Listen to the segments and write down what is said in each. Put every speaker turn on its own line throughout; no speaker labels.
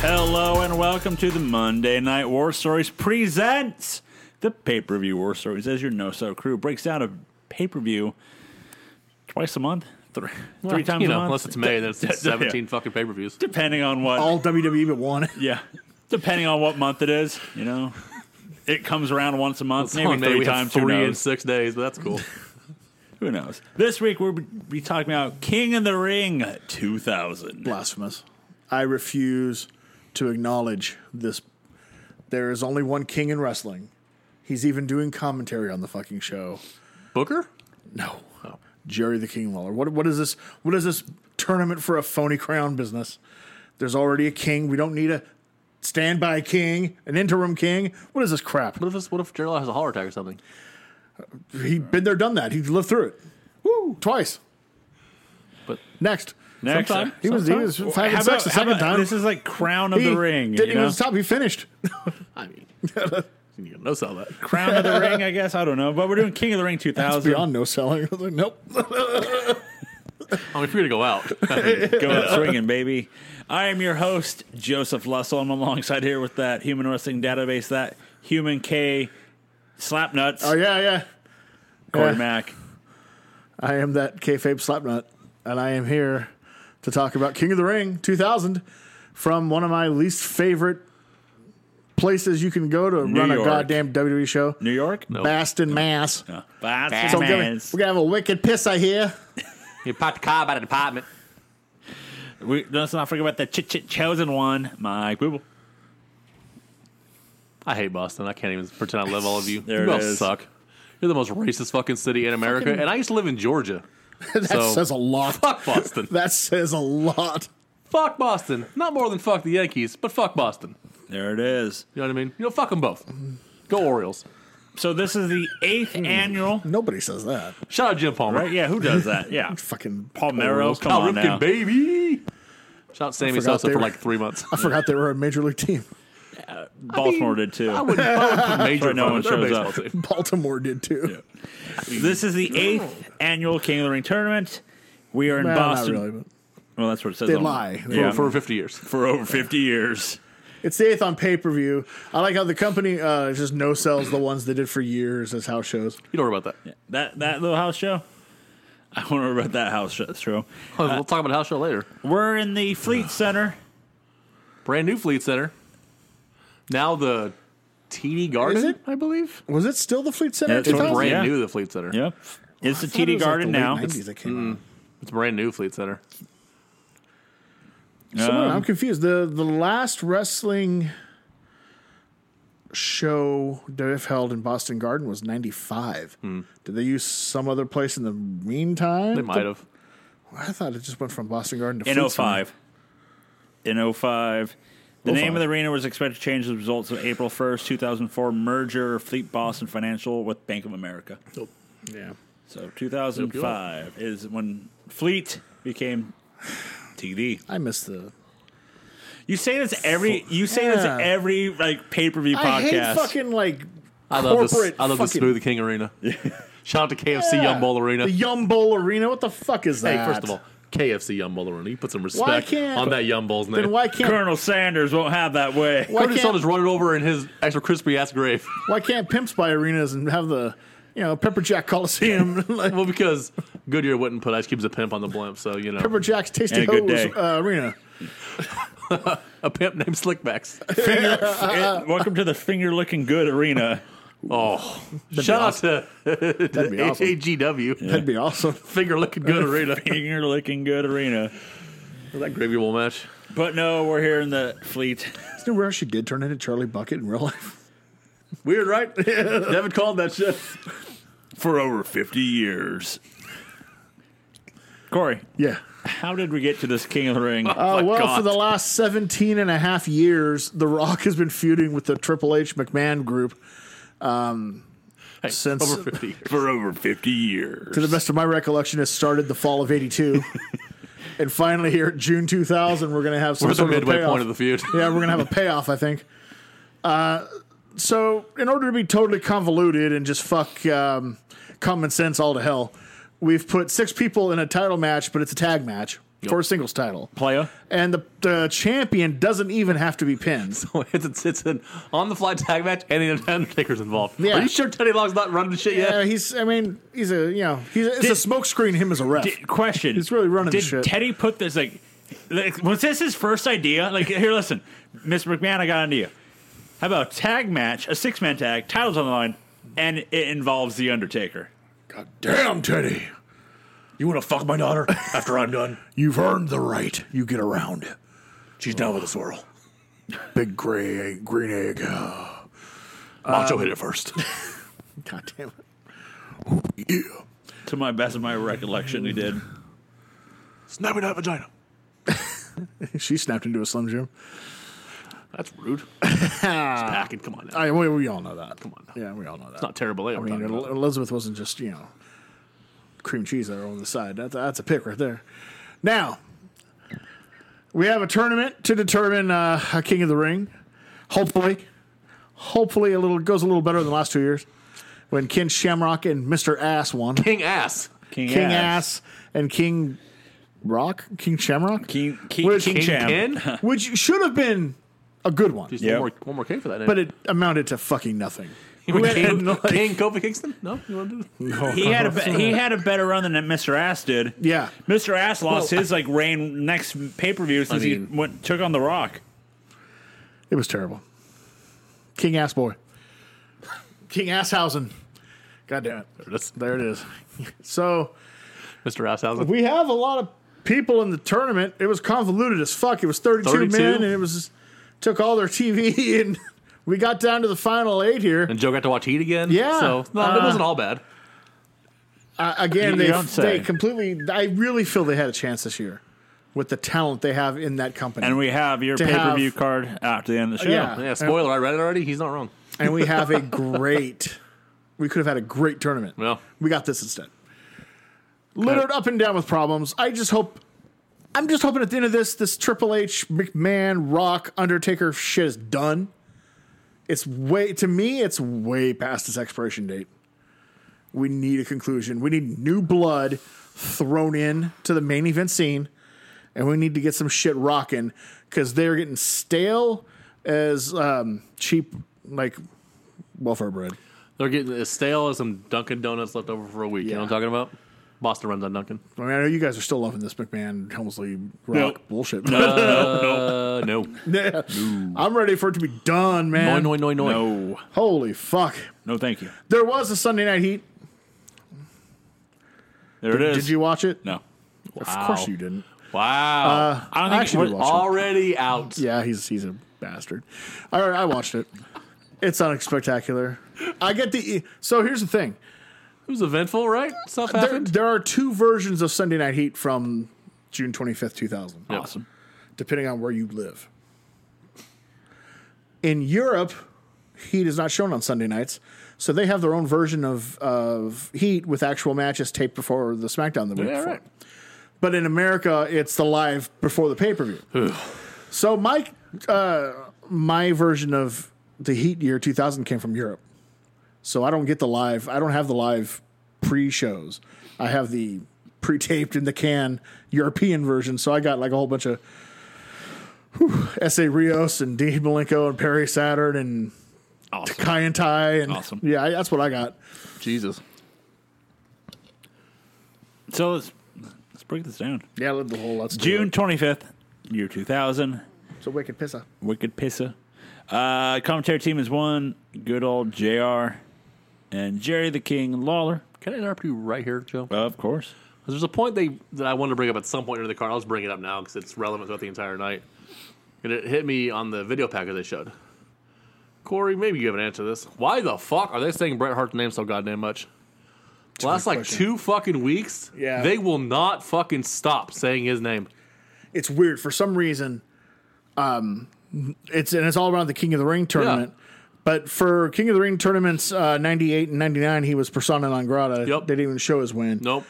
Hello and welcome to the Monday Night War Stories presents the pay-per-view War Stories as your no-so crew breaks down a pay-per-view twice a month, three, three times
you
a
know,
month,
unless it's May, then
Yeah.
it's 17 fucking pay per views.
depending on what.
all WWE but one.
yeah, depending on what month it is, you know, it comes around once a month, maybe
On May,
three
we have
times. who
three in
knows?
six days, but that's cool.
Who knows? This week we'll be talking about King of the Ring 2000.
Blasphemous. I refuse to acknowledge this. There is only one king in wrestling. He's even doing commentary on the fucking show.
Booker?
No. Jerry the King Lawler. What what is this? What is this tournament for a phony crown business? There's already a king. We don't need a standby king, an interim king. What is this crap?
What if this, what if Gerald has a heart attack or something?
He'd been there, done that. He lived through it. Woo! Twice.
But
Next.
Next, uh,
Sometime.
He was he was five
How
and
about-
six the
how
second
about-
time.
This is like Crown of
he
the Ring.
Didn't
you
even
know?
stop. He finished.
I mean, you know, sell that.
Crown of the Ring, I guess. I don't know. But we're doing King of the Ring 2000.
beyond no selling. I was like, nope.
I mean, if you're gonna go out,
Go out swinging, baby. I am your host, Joseph Lussell. and I'm alongside here with that human wrestling database, that human K slapnuts,
Oh yeah, yeah.
Corey
yeah.
Mack.
I am that kayfabe slapnut, and I am here to talk about King of the Ring 2000 from one of my least favorite places you can go to run
York.
a goddamn WWE show,
New York? Uh, No.
Baston, Mass.
That's so
So we're gonna, we're gonna have a wicked piss, I hear.
you pop the car by the department.
we, let's not forget about the chit chit chosen one, Mike Booble.
I hate Boston. I can't even pretend I love all of you.
There
you
it
all
is.
suck. You're the most racist fucking city in America, and I used to live in Georgia.
that
So-
says a lot.
Fuck Boston.
That says a lot.
fuck Boston. Not more than fuck the Yankees, but fuck Boston.
There it is.
You know what I mean? You know, fuck them both. Go Orioles.
So this is the eighth
Hmm.
annual.
Nobody says that.
Shout out Jim Palmer.
Right? Yeah, who does that? Yeah.
Fucking Oh,
Palmero, come
Cal
on
Ripken,
now.
baby. Shout out Sammy
forgot
Sosa
they
for
were-
like three months.
I forgot they were a major league team.
Baltimore did too.
I wouldn't, I would put major
Sorry, no one
no one
shows
baseball
up.
team.
Baltimore did too.
This is the eighth annual King of the Ring tournament. We are in
Well,
Boston.
not really, but
Well, that's what it says.
they
on-
lie. They
Yeah, for,
for 50 years.
for over fifty years.
It's the eighth on pay per view. I like how the company uh, just no sells the ones they did for years as house shows.
You don't worry about that.
That that little house show. I wonder about that house show- show.
we'll talk about the house show later.
We're in the Fleet Center.
Brand new Fleet Center. Now the TD Garden,
Is it?
I believe.
Was it still the Fleet Center?
Yeah,
in
it's
It's
2000?
brand
Yeah.
new, the Fleet Center.
Yep, it's the
I thought it
TD
was, like,
Garden
the late
now.
90s that
Mm.
came out.
It's brand new Fleet Center.
So,
Um,
I'm confused. The the last wrestling show WF held in Boston Garden was '95. Did they use some other place in the meantime?
Hmm. They might have. oh
I thought it just went from Boston Garden to
in
Fleet Center.
05. In 05. The
05.
name of the arena was expected to change as a result of April 1st, 2004 merger of Fleet Boston Financial with Bank of America.
Yeah.
So 2005 is when Fleet became TD.
I missed the.
You say this every you say this
Yeah.
every like pay-per-view
I hate
podcast.
fucking like.
I love this.
corporate
I love the
fucking-
Smoothie King Arena. Shout out to KFC Yum Bowl Arena.
The Yum Bowl Arena. What the fuck is that?
Hey, first of all, KFC Yum Bowl Arena. You put some respect
can't-
on that Yum Bowl's name.
then why can't
Colonel Sanders won't have that way.
why
Curtis Hill
can't,
just run it over in his extra crispy ass grave.
why can't pimps buy arenas and have the you know Pepper Jack Coliseum, like
well, because Goodyear wouldn't put ice cubes of pimp on the blimp, so you know
Pepper Jack's Tasty
And a good day.
Hoes uh, Arena?
a pimp named Slickbacks.
It- welcome to the finger looking good arena.
Oh, shout out to, to
That'd be awesome.
HAGW.
That'd be awesome.
Finger looking good arena.
Finger looking good arena.
that gravy bowl match.
But no, we're here in the Fleet.
Isn't it where she did turn into Charlie Bucket in real life?
Weird, right? Devin called that shit.
for over 50 years. Corey,
Yeah.
how did we get to this King of the Ring?
Uh,
my
well,
God.
for the last 17 and a half years, The Rock has been feuding with the Triple H McMahon group. um,
Hey,
Since-
over fifty.
for over 50 years.
To the best of my recollection, it started the fall of 82. and finally, here at June 2000, we're going to have some
We're the
sort of a
midway
payoff.
point of the feud.
yeah, we're gonna have a payoff, I think. Uh, so, in order to be totally convoluted and just fuck um, common sense all to hell, we've put six people in a title match, but it's a tag match. for a singles title.
Playa.
And the, the champion doesn't even have to be pinned.
So it's, it's, it's an on the fly tag match and an Undertaker's involved.
Yeah.
Are you sure Teddy Long's not running shit yet?
Yeah, he's. I mean, he's a. You know, he's. A, it's a smokescreen. Him as a ref.
Did, question.
He's really running the
Did
shit.
Teddy put this like, like? Was this his first idea? Like, here, listen, Mr. McMahon, I got an idea. How about a tag match, a six man tag, titles on the line, and it involves the Undertaker.
God damn, Teddy!
You want to fuck my daughter after I'm done?
You've earned the right. You get around.
She's down with a swirl.
Big gray green egg. Uh,
Macho hit it first.
God damn it! Yeah.
To my best of my recollection, he did.
Snapping that vagina.
She snapped into a slim jim.
That's rude. Packing. Come on now.
I, we, we all know that. Come
on now.
Yeah, we all know that.
it's not terrible.
I mean, El- Elizabeth wasn't just you know cream cheese there on the side. That's, that's a pick right there. Now we have a tournament to determine uh, a king of the ring. Hopefully, hopefully a little goes a little better than the last two years when Ken Shamrock and Mister Ass won.
King ass.
King,
King Ass and King Rock, King Shamrock,
King King,
Which-
King,
King
Cham.
Ken.
which should have been a good one,
Just
Yep.
one, more, one more K for that.
but it amounted to fucking nothing.
King,
and, like-
King Kofi Kingston. No, you want to do this?
He had a be- he had a better run than Mr. Ass did.
Yeah.
Mr. Ass lost his like reign next pay per view since
mean-
he went took on The Rock.
It was terrible. King Ass Boy. King Asshausen. God damn it.
That's
There it is. So
Mr. Asshausen.
we have a lot of people in the tournament. It was convoluted as fuck. It was 32,
32?
men and it was took all their TV and we got down to the final eight here.
And Joe got to watch Heat again.
Yeah.
So no,
Uh,
it wasn't all bad.
Uh, again,
You
they
don't say.
they completely I really feel they had a chance this year with the talent they have in that company.
And we have your
To
pay per view
have-
card after the end of the show.
Yeah.
Yeah. Spoiler. I read it already. He's not wrong.
and we have a great we could have had a great tournament.
Well,
We got this instead. Littered up and down with problems. I just hope. I'm just hoping at the end of this, this Triple H, McMahon, Rock, Undertaker shit is done. It's way to me. It's way past its expiration date. We need a conclusion. We need new blood thrown in to the main event scene, and we need to get some shit rocking because they're getting stale as um, cheap like welfare bread.
they're getting as stale as some Dunkin' Donuts left over for a week. You know what I'm talking about? Boston runs on Dunkin'.
I mean, I know you guys are still loving this McMahon Helmsley Rock
Nope.
bullshit.
No, no,
Yeah. I'm ready for it to be done,
no,
man.
no, no, no.
No,
Holy fuck!
no, thank you.
There was a Sunday Night Heat.
There it is.
Did you watch it?
No,
Of course you didn't.
Wow.
I don't
I
think
actually
it
did
was-
watch it.
already out.
Yeah, he's he's a bastard. All right, I watched it. It's unspectacular. I get the so here's the thing.
It was eventful, right? Stuff
There,
happened.
there are two versions of Sunday Night Heat from June 25th, 2000.
awesome.
depending on where you live. In Europe, Heat is not shown on Sunday nights, so they have their own version of, of Heat with actual matches taped before the SmackDown the week
Yeah,
before.
right.
But in America, it's the live before the pay per view. so my uh, my version of the Heat year 2000 came from Europe, so I don't get the live. I don't have the live pre shows. I have the pre taped in the can European version. So I got like a whole bunch of S.A. Rios and Dean Malenko and Perry Saturn and
Awesome.
Kai and Tai. And
Awesome.
Yeah, I- that's what I got.
Jesus.
So let's let's break this down.
Yeah, let the whole let's do
June
it.
twenty fifth, year two thousand.
It's a wicked pisser.
Wicked pisser. Uh, commentary team is one. Good old Jr. and Jerry the King Lawler.
Can I interrupt you right here, Joe?
Of course.
There's a point they that I wanted to bring up at some point in the card. I'll just bring it up now because it's relevant throughout the entire night. And it hit me on the video package they showed. Corey, maybe you have an answer to this. Why the fuck are they saying Bret Hart's name so goddamn much? The last like
question.
two fucking weeks,
Yeah.
they will not fucking stop saying his name.
It's weird. For some reason, um, it's and it's all around the King of the Ring tournament. But for King of the Ring tournaments uh, 98 and 99, he was persona non grata.
Yep.
They didn't even show his win.
Nope.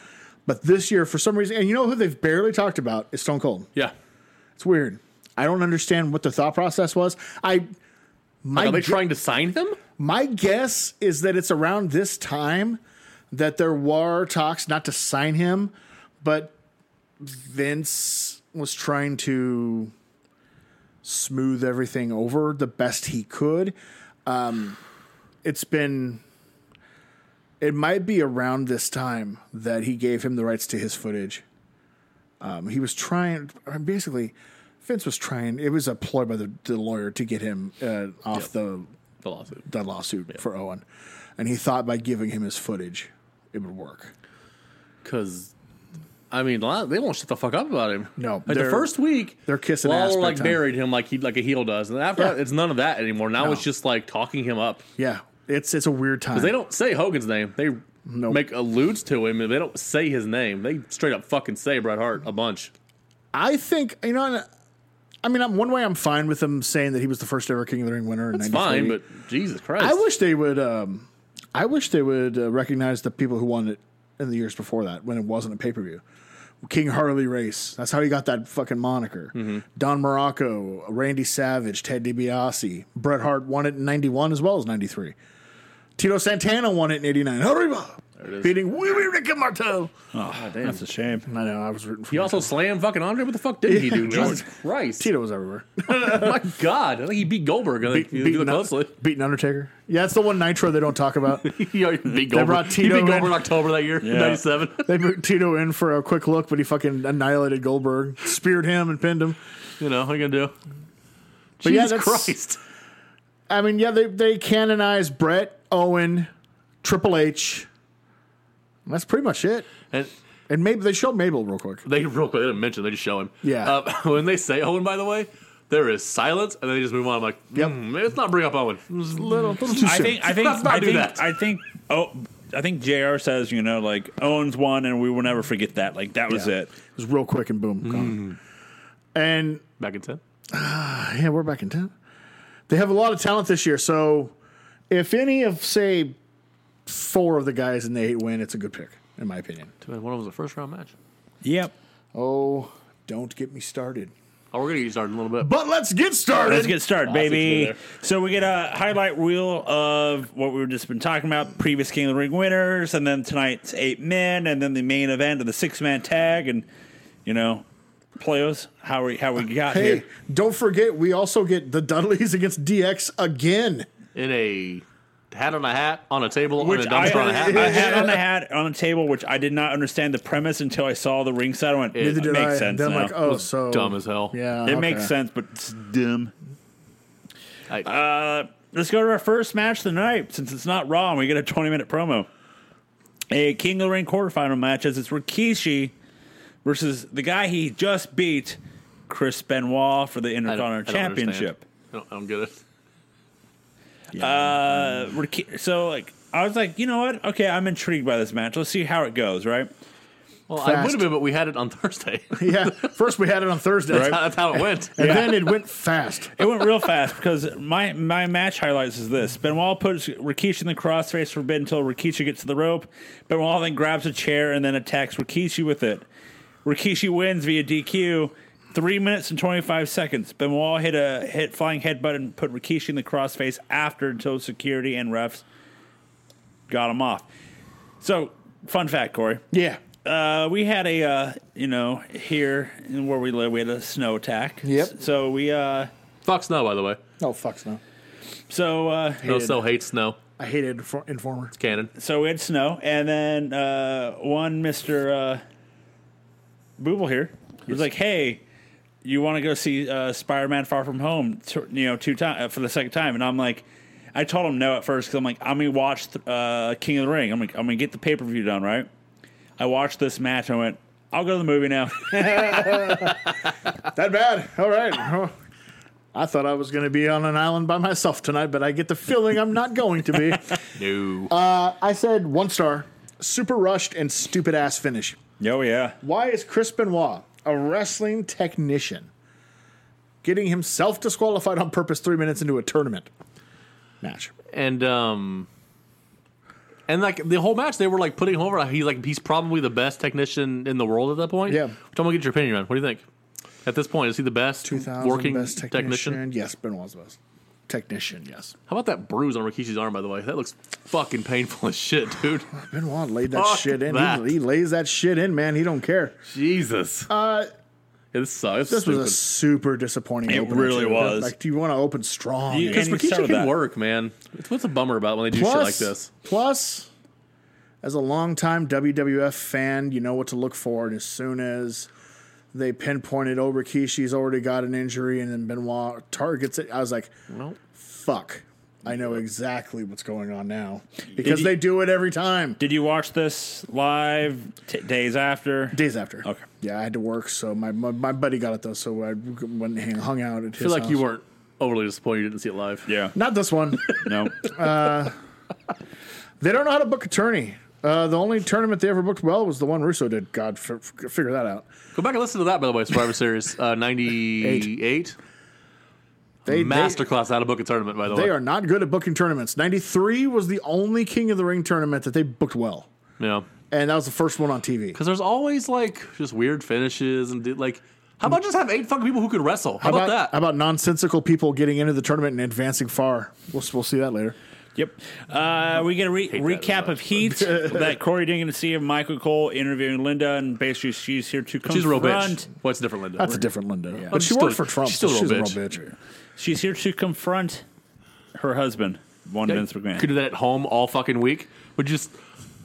But this year, for some reason, and you know who they've barely talked about is Stone Cold.
Yeah.
It's weird. I don't understand what the thought process was. I my
Are they
gu-
trying to sign him?
my guess is that it's around this time that there were talks not to sign him, but Vince was trying to smooth everything over the best he could. Um, it's been, it might be around this time that he gave him the rights to his footage. Um, he was trying, basically, Vince was trying, it was a ploy by the, the lawyer to get him uh, off the
The lawsuit.
that lawsuit for Owen, and he thought by giving him his footage, it would work.
Because, I mean, a lot- they won't shut the fuck up about him.
No,
like the
they're-
first week,
they're kissing
Lawler
ass big
like
time.
buried him like he like a heel does, and after that, it's none of that anymore. Now
No.
it's just like talking him up.
Yeah, it's it's a weird time.
They don't say Hogan's name. They make alludes to him, and they don't say his name. They straight up fucking say Bret Hart a bunch.
I think you know. and I mean, I'm one way. I'm fine with them saying that he was the first ever King of the Ring winner.
It's
in
fine,
93.
but Jesus Christ,
I wish they would. Um, I wish they would uh, recognize the people who won it in the years before that when it wasn't a pay per view. King Harley Race. That's how he got that fucking moniker. Don Morocco, Randy Savage, Ted DiBiase, Bret Hart won it in '91 as well as '93. Tito Santana won it in '89. Arriba, beating Willie Ricky Martel.
That's a shame.
I know. I was rooting for
He also slammed fucking Andre. What the fuck did he do? Jesus Christ!
Tito was everywhere.
My God, I think he beat Goldberg. I think he
beating,
closely.
beating Undertaker. Yeah, that's the one Nitro they don't talk about.
he already beat Goldberg.
brought Tito
he beat
in.
Goldberg in October that year, '97.
they put Tito in for a quick look, but he fucking annihilated Goldberg, speared him, and pinned him.
you know, what are you gonna do?
But yeah,
Jesus
that's-
Christ!
I mean, yeah, they they canonize Brett, Owen, Triple H. And That's pretty much it.
And
And maybe they show Mabel real quick.
they real quick, they didn't mention. They just show him.
Yeah.
Uh, when they say Owen, by the way, there is silence, and then they just move on. I'm like,
Yep.
"Hmm, let's not bring up Owen.
Little, little too
I
soon.
think I think
Let's not
I
do
think,
that.
I think oh I think JR says, you know, like Owens won and we will never forget that. Like that was
Yeah.
it.
It was real quick and boom. gone. And
Back in ten.
Yeah, we're back in town. They have a lot of talent this year, so if any of say four of the guys in the eight win, it's a good pick, in my opinion.
One of them was a first round match.
Yep.
Oh, don't get me started.
Oh, we're gonna get started in a little bit.
But let's get started.
Let's get started,
Sausage
baby.
over
So we get a highlight reel of what we've just been talking about: previous King of the Ring winners, and then tonight's eight men, and then the main event of the six-man tag, and you know, players, how we how we got
hey,
here.
don't forget we also get the Dudleys against DX again.
In a hat on a hat on a table
Which
on a
I,
dumpster on a hat.
I had on a hat on a table, which I did not understand the premise until I saw the ringside. I went,
Neither
it
Did
makes
I?
sense
Then I'm
now.
like, oh, so
Dumb as hell.
Yeah,
It
okay.
makes sense, but it's dumb.
I-
Uh, let's go to our first match of the night since it's not Raw and we get a 20 minute promo. A King of the Ring quarterfinal match as it's Rikishi versus the guy he just beat, Chris Benoit, for the
I don't- I
Intercontinental
don't
Championship.
understand. I don't, I don't get it.
Uh, Riki- so, like, I was like, you know what? Okay, I'm intrigued by this match. Let's see how it goes, right?
Well, I
Fast.
would have been, but we had it on Thursday.
Yeah, first we had it on Thursday,
That's how it went.
and then it went fast.
It went real fast because my my match highlights is this. Benoit puts Rikishi in the crossface for a bit until Rikishi gets to the rope. Benoit then grabs a chair and then attacks Rikishi with it. Rikishi wins via DQ. Three minutes and twenty five seconds. Benoit hit a hit flying headbutt and put Rikishi in the crossface after until security and refs got him off. So fun fact, Corey.
Yeah,
Uh, we had a uh, you know here in where we live, we had a snow attack.
Yep.
So we uh,
Fuck snow, by the way.
no fucks Oh, no.
so uh,
No so hates snow.
I hated Infor- Informer.
Canon.
so we had snow, and then uh, one Mister uh, Booble here he was like, "Hey, you want to go see uh, Spider-Man: Far From Home? t- you know, two time uh, for the second time?" And I'm like, I told him no at first because I'm like, I'm gonna watch th- uh, King of the Ring. I'm like, I'm gonna get the pay per view done right. I watched this match. I went, I'll go to the movie now.
That bad? All right. Oh. I thought I was going to be on an island by myself tonight, but I get the feeling I'm not going to be.
No.
I said one star, super rushed and stupid ass finish.
oh yeah,
Why is Chris Benoit, a wrestling technician, getting himself disqualified on purpose three minutes into a tournament match?
and um and like the whole match they were like putting him over he like he's probably the best technician in the world at that point
Yeah.
tell me get your opinion on it. what do you think at this point is he the best
2000
working
best
technician?
Yes, Benoit's the best. technician. Yes,
How about that bruise on Rikishi's arm, by the way? That looks fucking painful as shit, dude.
Benoit laid that
Fuck
shit in.
that.
He, he lays that shit in, man. He don't care.
Jesus. Uh, yeah, this sucks.
This was a super disappointing.
It
opener,
really
too.
was.
Like, do you want to open strong?
You-
because
And you start
Rikishi
with
can
that.
work, man. It's what's a bummer about when they do shit like this.
Plus, as a longtime WWF fan, you know what to look for. And as soon as they pinpointed, oh, Rikishi's already got an injury, and then Benoit targets it, I was like,
Well,
fuck. I know exactly what's going on now because
you-
they do it every time.
Did you watch this live t- days after?
Days after.
Okay.
Yeah, I had to work, so my my, my buddy got it though, so I went and hang, hung out at his
I feel like you
house.
weren't overly disappointed you didn't see it live.
Yeah.
Not this one.
No.
They don't know how to book a tourney. Uh, the only tournament they ever booked well was the one Russo did. God, f- f- figure that out.
Go back and listen to that, by the way, Survivor Series uh, 98.
They, they
Masterclass out of book a tournament, by the
they
way.
are not good at booking tournaments. Ninety three was the only King of the Ring tournament that they booked well,
Yeah.
and that was the first one on TV.
Because there's always like just weird finishes and do- like, how about just have eight fucking people who could wrestle? How, about, that?
How about nonsensical people getting into the tournament and advancing far? We'll we'll see that later.
yep. Uh, we get a re-
that
recap
about-
of Heat that Corey didn't get to see of Michael Cole interviewing Linda, and basically she's here to confront.
She's a real bitch. What's different, Linda?
That's a different Linda, but
I'm
she
still-
worked for Trump.
she's still
so
a
she's a
real
real bitch.
She's here to confront her husband, one Vince McMahon.
Could do that at home all fucking week. Would you just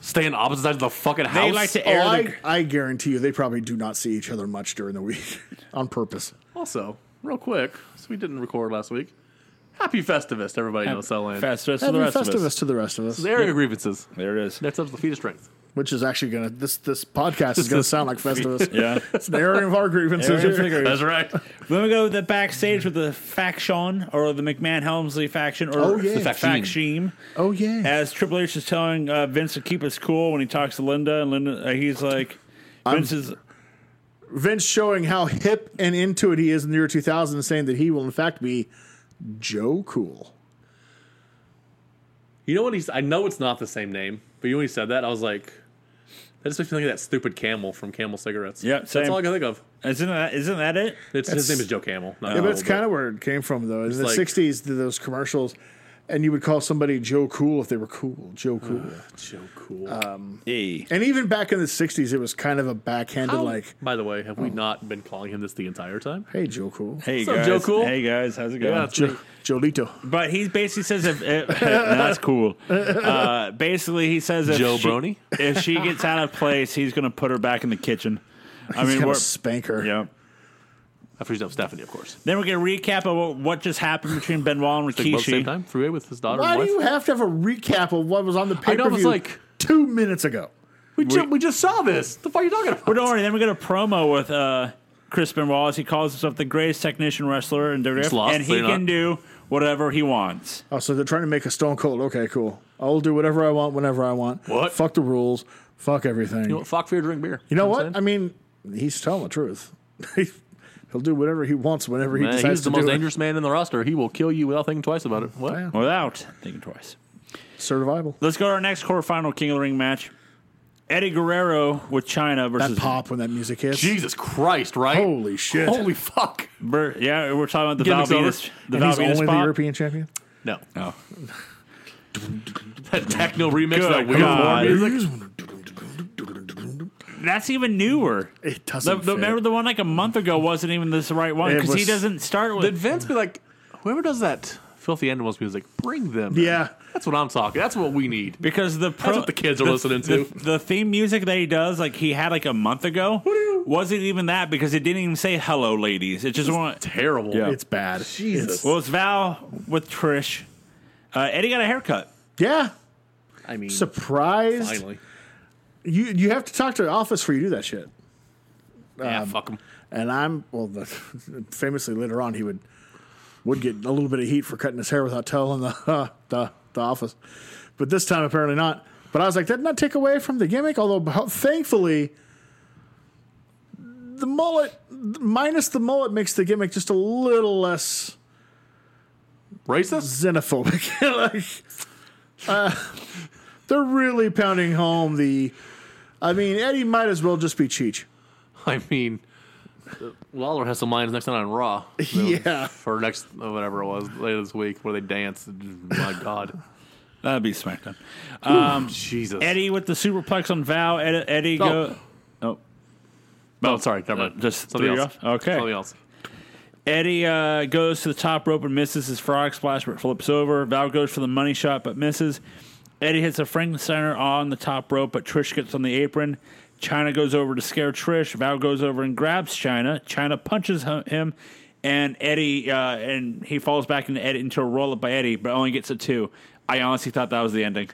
stay on opposite sides of the fucking house?
they like to
Oh,
air the
I, I guarantee you, they probably do not see each other much during the week on purpose.
Also, real quick, so we didn't record last week. Happy Festivus, to everybody in Cell Land.
fast rest of
Happy
the rest of
Festivus
us.
to the rest of us.
Area of grievances.
There it is.
Next up's the feet of strength.
which is actually gonna this this podcast is gonna sound like Festivus.
Yeah.
it's an area of our grievances.
That's right.
Then we go to the backstage with the faction or the McMahon Helmsley faction or
Oh, yeah.
the
The
faction.
faction.
oh yeah,
As Triple H is telling uh, Vince to keep us cool when he talks to Linda, and Linda, uh, he's like, Vince is
Vince showing how hip and into it he is in the year 2000, and saying that he will in fact be Joe Cool.
You know what he's? I know it's not the same name, but you know when he said that, I was like, that just makes me think of that stupid Camel from Camel Cigarettes.
Yeah,
that's
same.
all I can think of.
isn't that isn't that it?
It's,
That's-
his name is Joe Camel. not
Yeah, but
Camel,
it's kind of where it came from though. In the
like-
60s, th- those commercials, and you would call somebody Joe Cool if they were cool. Joe Cool.
Joe Cool.
Uh,
Hey,
and even back in the 60s, it was kind of a backhanded
How-
like,
Oh.
oh.
by the way, have we not been calling him this the entire time?
"Hey, Joe Cool."
hey
What's up,
guys,
Joe Cool?
hey guys, how's it going?
that's
Jo- Jolito.
but he basically says if, if no, that's cool. Uh, basically, he says if
Joe
she,
Brony?
if she gets out of place, he's going to put her back in the kitchen. I
He's
mean,
gonna
we're
spank her.
yeah.
After he's done Stephanie, of course.
Then we get a recap of what, what just happened between Benoit and
Like both same
Rikishi.
time, freeway with his daughter.
Why
and
do
wife.
you have to have a recap of what was on the
I
pay
know,
per
it was
view
like-
two minutes ago?
We, ju- we just saw this. The fuck are you talking about?
But don't worry, then we get a promo with uh, Chris Benoit. as He calls himself the greatest technician wrestler in WWF,
lost,
and
so
he
you're
can
not-
do whatever he wants.
Oh, so they're trying to make a Stone Cold. Okay, cool. I'll do whatever I want, whenever I want.
What?
Fuck the rules. Fuck everything.
You know, fuck fear, drink beer.
You know what? I mean, hean, he's telling the truth. He'll do whatever he wants whenever he
Man,
decides
he's the
to
most
do
dangerous man in the roster. He will kill you without thinking twice about it. What?
Yeah.
Without thinking twice.
it. Survival.
Let's go to our next quarterfinal King of the Ring match. Eddie Guerrero with China
That
versus
pop when that music hits.
Jesus Christ! Right?
Holy shit.
Holy fuck!
Ver- yeah, we're talking about the
Gimmicks
Val
over.
Venus. The
and
Val
he's
Venus
only the
pop.
European champion.
No,
Oh.
that techno remix,
Good
that weird
God.
horn music.
That's even newer.
It
The,
doesn't.
the,
fit.
remember the one like a month ago wasn't even this right one
It
because he
was-
doesn't start
Did
with.
Vince be like, whoever does that filthy animals music, bring them? in."
Yeah.
that's what I'm talking. That's what we need.
Because the pro,
what the kids are listening to.
The, the theme music that he does, like he had like a month ago, wasn't even that because it didn't even say "Hello, ladies." It just went.
Terrible.
Yeah.
it's bad.
Jesus.
Well, it's Val with Trish. Uh, Eddie got a haircut.
Yeah.
I mean,
Surprised.
finally.
You you have to talk to the office before you do that shit. Um,
yeah, fuck him.
And I'm well, the, famously later on he would would get a little bit of heat for cutting his hair without telling the the, the office, but this time apparently not. But I was like, that did not take away from the gimmick. Although how- thankfully, the mullet minus the mullet makes the gimmick just a little less
Racist?
xenophobic. like, uh, they're really pounding home the. I mean, Eddie might as well just be Cheech.
I mean, uh, Lawler has some lines next night on Raw.
Yeah.
For next, uh, whatever it was, later this week, where they dance. My God.
That'd be SmackDown.
Um,
Jesus.
Eddie with the superplex on Val. Ed- Eddie go. Oh.
Oh, sorry. Never
Uh,
mind.
just
Something
threw you
else.
off? Okay.
Something else.
Eddie uh, goes to the top rope and misses his frog splash, but flips over. Val goes for the money shot, but misses. Eddie hits a Frankensteiner on the top rope, but Trish gets on the apron. China goes over to scare Trish. Val goes over and grabs China. China punches hu- him, and Eddie uh, and he falls back into Eddie into a roll up by Eddie, but only gets a two. I honestly thought that was the ending.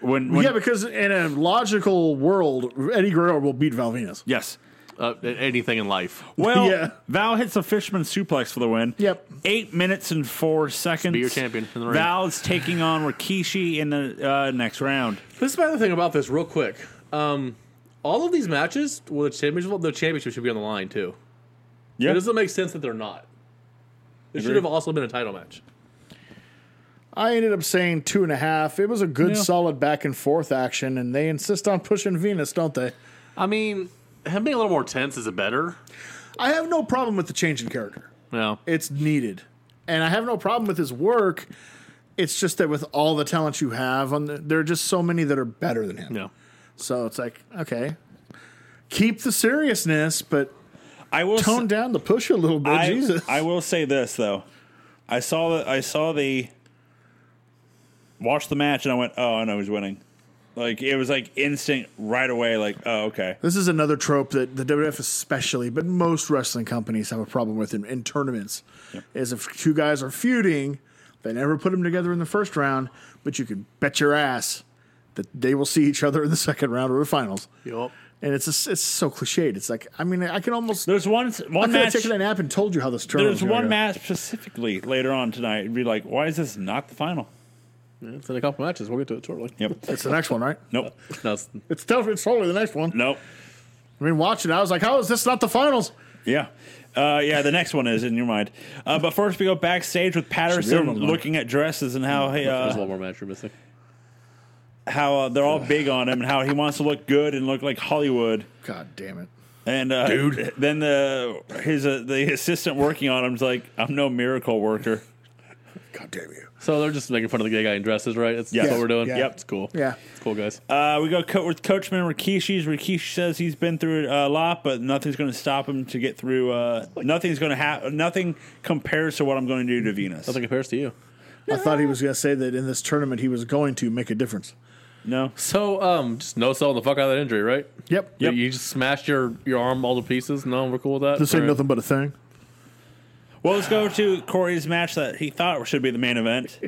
When, when
yeah, because in a logical world, Eddie Guerrero will beat Val Venus.
yes,
Uh, anything in life.
Well,
Yeah.
Val hits a fisherman suplex for the win.
Yep.
Eight minutes and four seconds.
Be your champion in the ring.
Val's taking on Rikishi in the uh, next round.
This is my other thing about this, real quick. Um, all of these matches, well, the championship, the championship should be on the line too.
Yeah.
It doesn't make sense that they're not. It should
Agree.
have also been a title match.
I ended up saying two and a half. It was a good,
Yeah.
solid back and forth action, and they insist on pushing Venus, don't they?
I mean, him being a little more tense is it better?
I have no problem with the change in character.
No.
It's needed, and I have no problem with his work. It's just that with all the talent you have, on the, there are just so many that are better than him.
No.
So it's like, okay, keep the seriousness, but
I will
tone
s-
down the push a little bit.
I,
Jesus,
I will say this though. I saw the I saw the watched the match and I went, Oh, I know he's winning. Like it was like instinct right away, like, oh okay.
This is another trope that the WWF especially, but most wrestling companies have a problem with in, in tournaments, is if two guys are feuding, they never put them together in the first round, but you can bet your ass that they will see each other in the second round or the finals.
Yup.
And it's just, it's so cliched. It's like I mean I can almost
There's one
I
one
could have
match
taken an app and told you how this tournament.
there's
was gonna
one
go.
match specifically later on tonight. It'd be like, why is this not the final?
It's in a couple matches. We'll get to it shortly.
Yep.
It's the next one, right?
nope.
No, it's-
It's totally, it's totally the next one.
Nope.
I mean, watching, I was like, how is this not the finals?
Yeah. Uh, yeah, the next one is in your mind. Uh, but first, we go backstage with Patterson
another one.
looking at dresses and how he,
there's
uh,
one more match you're missing.
how uh, they're all big on him and how he wants to look good and look like Hollywood.
God damn it!
And uh, dude, then the his uh, the assistant working on him's like, "I'm no miracle worker."
God damn you!
So they're just making fun of the gay guy in dresses, right? That's, that's
Yes.
what we're doing.
Yeah.
Yep. It's cool.
Yeah.
It's cool, guys.
Uh, we go co- with Coachman Rikishi's. Rikishi says he's been through a lot, but nothing's going to stop him to get through. Uh, nothing's going to happen. Nothing compares to what I'm going to do to Venus.
Nothing compares to you.
I thought he was going to say that in this tournament he was going to make a difference.
No.
So, um, just no selling the fuck out of that injury, right?
Yep.
You- You just smashed your, your arm all to pieces. No, we're cool with that.
This ain't
All right.
nothing but a thing.
Well, let's go to Corey's match that he thought should be the main event.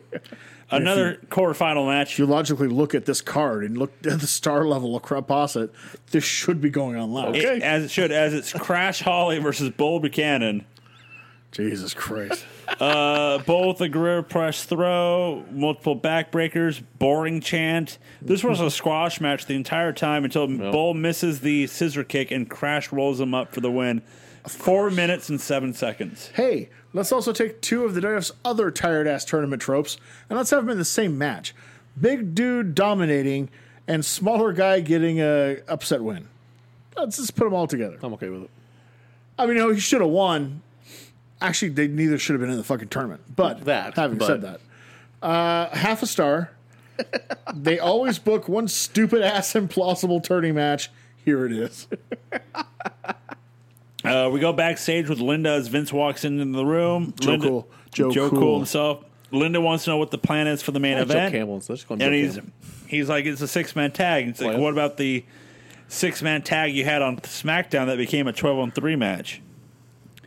Another quarterfinal match.
You logically look at this card and look at the star level across it. This should be going on live.
It- as it should, as it's Crash Holly versus Bull Buchanan.
Jesus Christ.
Uh, both a Guerrero press throw, multiple backbreakers, boring chant. This was a squash match the entire time until Bull misses the scissor kick and Crash rolls him up for the win. Four minutes and seven seconds.
hey, let's also take two of the WWF's other tired ass tournament tropes and let's have them in the same match. Big dude dominating and smaller guy getting a upset win. Let's just put them all together.
I'm okay with it.
I mean, no, he should have won. Actually, they neither should have been in the fucking tournament. But
That,
having
but-
said that, uh, half a star. they always book one stupid ass implausible tourney match. Here it is.
Uh, we go backstage with Linda as Vince walks into the room.
Joe
Linda,
Cool. Joe
cool.
Cool.
himself. Linda wants to know what the plan is for the main
Joe
event.
Campbell. So let's call him
and
Joe
he's
Campbell.
he's like it's a six man tag. It's like
Well-
what about the six man tag you had on SmackDown that became a twelve on three match? Um,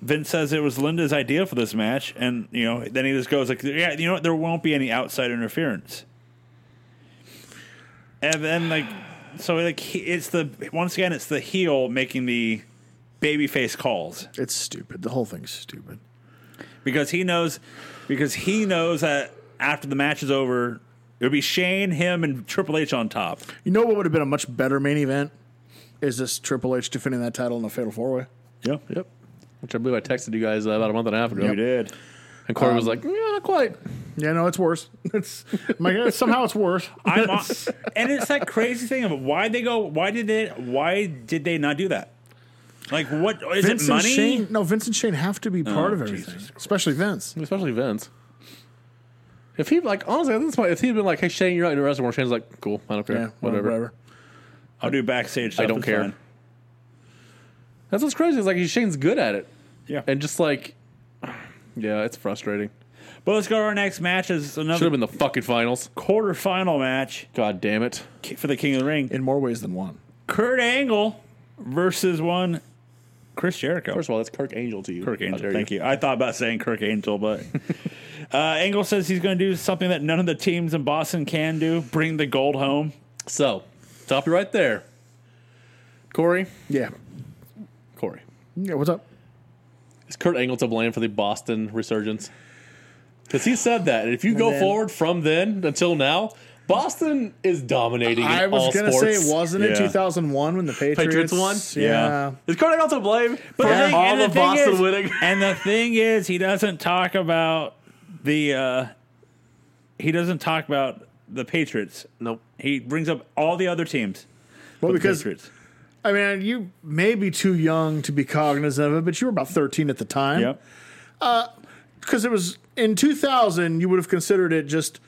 Vince says it was Linda's idea for this match, and you know then he just goes like, yeah, you know what, there won't be any outside interference. And then like so like he, it's the once again it's the heel making the babyface calls
It's stupid. The whole thing's stupid.
because he knows because he knows that after the match is over, it would be Shane, him, and Triple H on top.
You know what would have been a much better main event is this Triple H defending that title in a fatal four way.
Yeah,
Yep. Which I believe I texted you guys uh, about a month and a half ago.
you did.
And Corey was like, yeah, not quite.
Yeah, no, it's worse. It's my God, somehow it's worse.
I'm on, and it's that crazy thing of why they go. Why did they? Why did they not do that? Like what is it?
and
Money?
Shane, no, Vince and Shane have to be part of everything,
Jesus Christ.
especially Vince.
especially Vince. If he like honestly at this point, if he'd been like, "Hey Shane, you're not in the wrestling," Shane's like, "Cool, I don't care,
Yeah,
whatever.
I'll do backstage. Stuff.
I don't
it's
care."
fine.
That's what's crazy. It's like Shane's good at it,
Yeah.
and just like, yeah, it's frustrating.
but let's go to our next match. Is
Should
another
have been the fucking finals.
quarterfinal match
God damn it!
for the King of the Ring.
In more ways than one.
Kurt Angle versus one Chris Jericho.
First of all, that's Kirk Angel to you.
Kirk Angel. Thank you. I thought about saying Kirk Angel, but uh, Angle says he's going to do something that none of the teams in Boston can do: bring the gold home.
So, stop you right there, Corey.
Yeah.
Corey,
Yeah, what's up?
is Kurt Angle to blame for the Boston resurgence? Because he said that. And if you go
then-
forward from then until now, Boston is dominating. in
I was
all
gonna
sports.
say, wasn't
Yeah.
it 2001 when the
Patriots
Patriots,
won?
Yeah.
Is Kurt Angle to blame for
the thing-
all
and the
of
thing
Boston
is-
winning?
And the thing is, he doesn't talk about the uh, he doesn't talk about the Patriots.
Nope.
He brings up all the other teams.
Well,
but the
because
Patriots.
I mean, you may be too young to be cognizant of it, but you were about 13 at the time.
Yep.
Because it was in 2000, you would have considered it just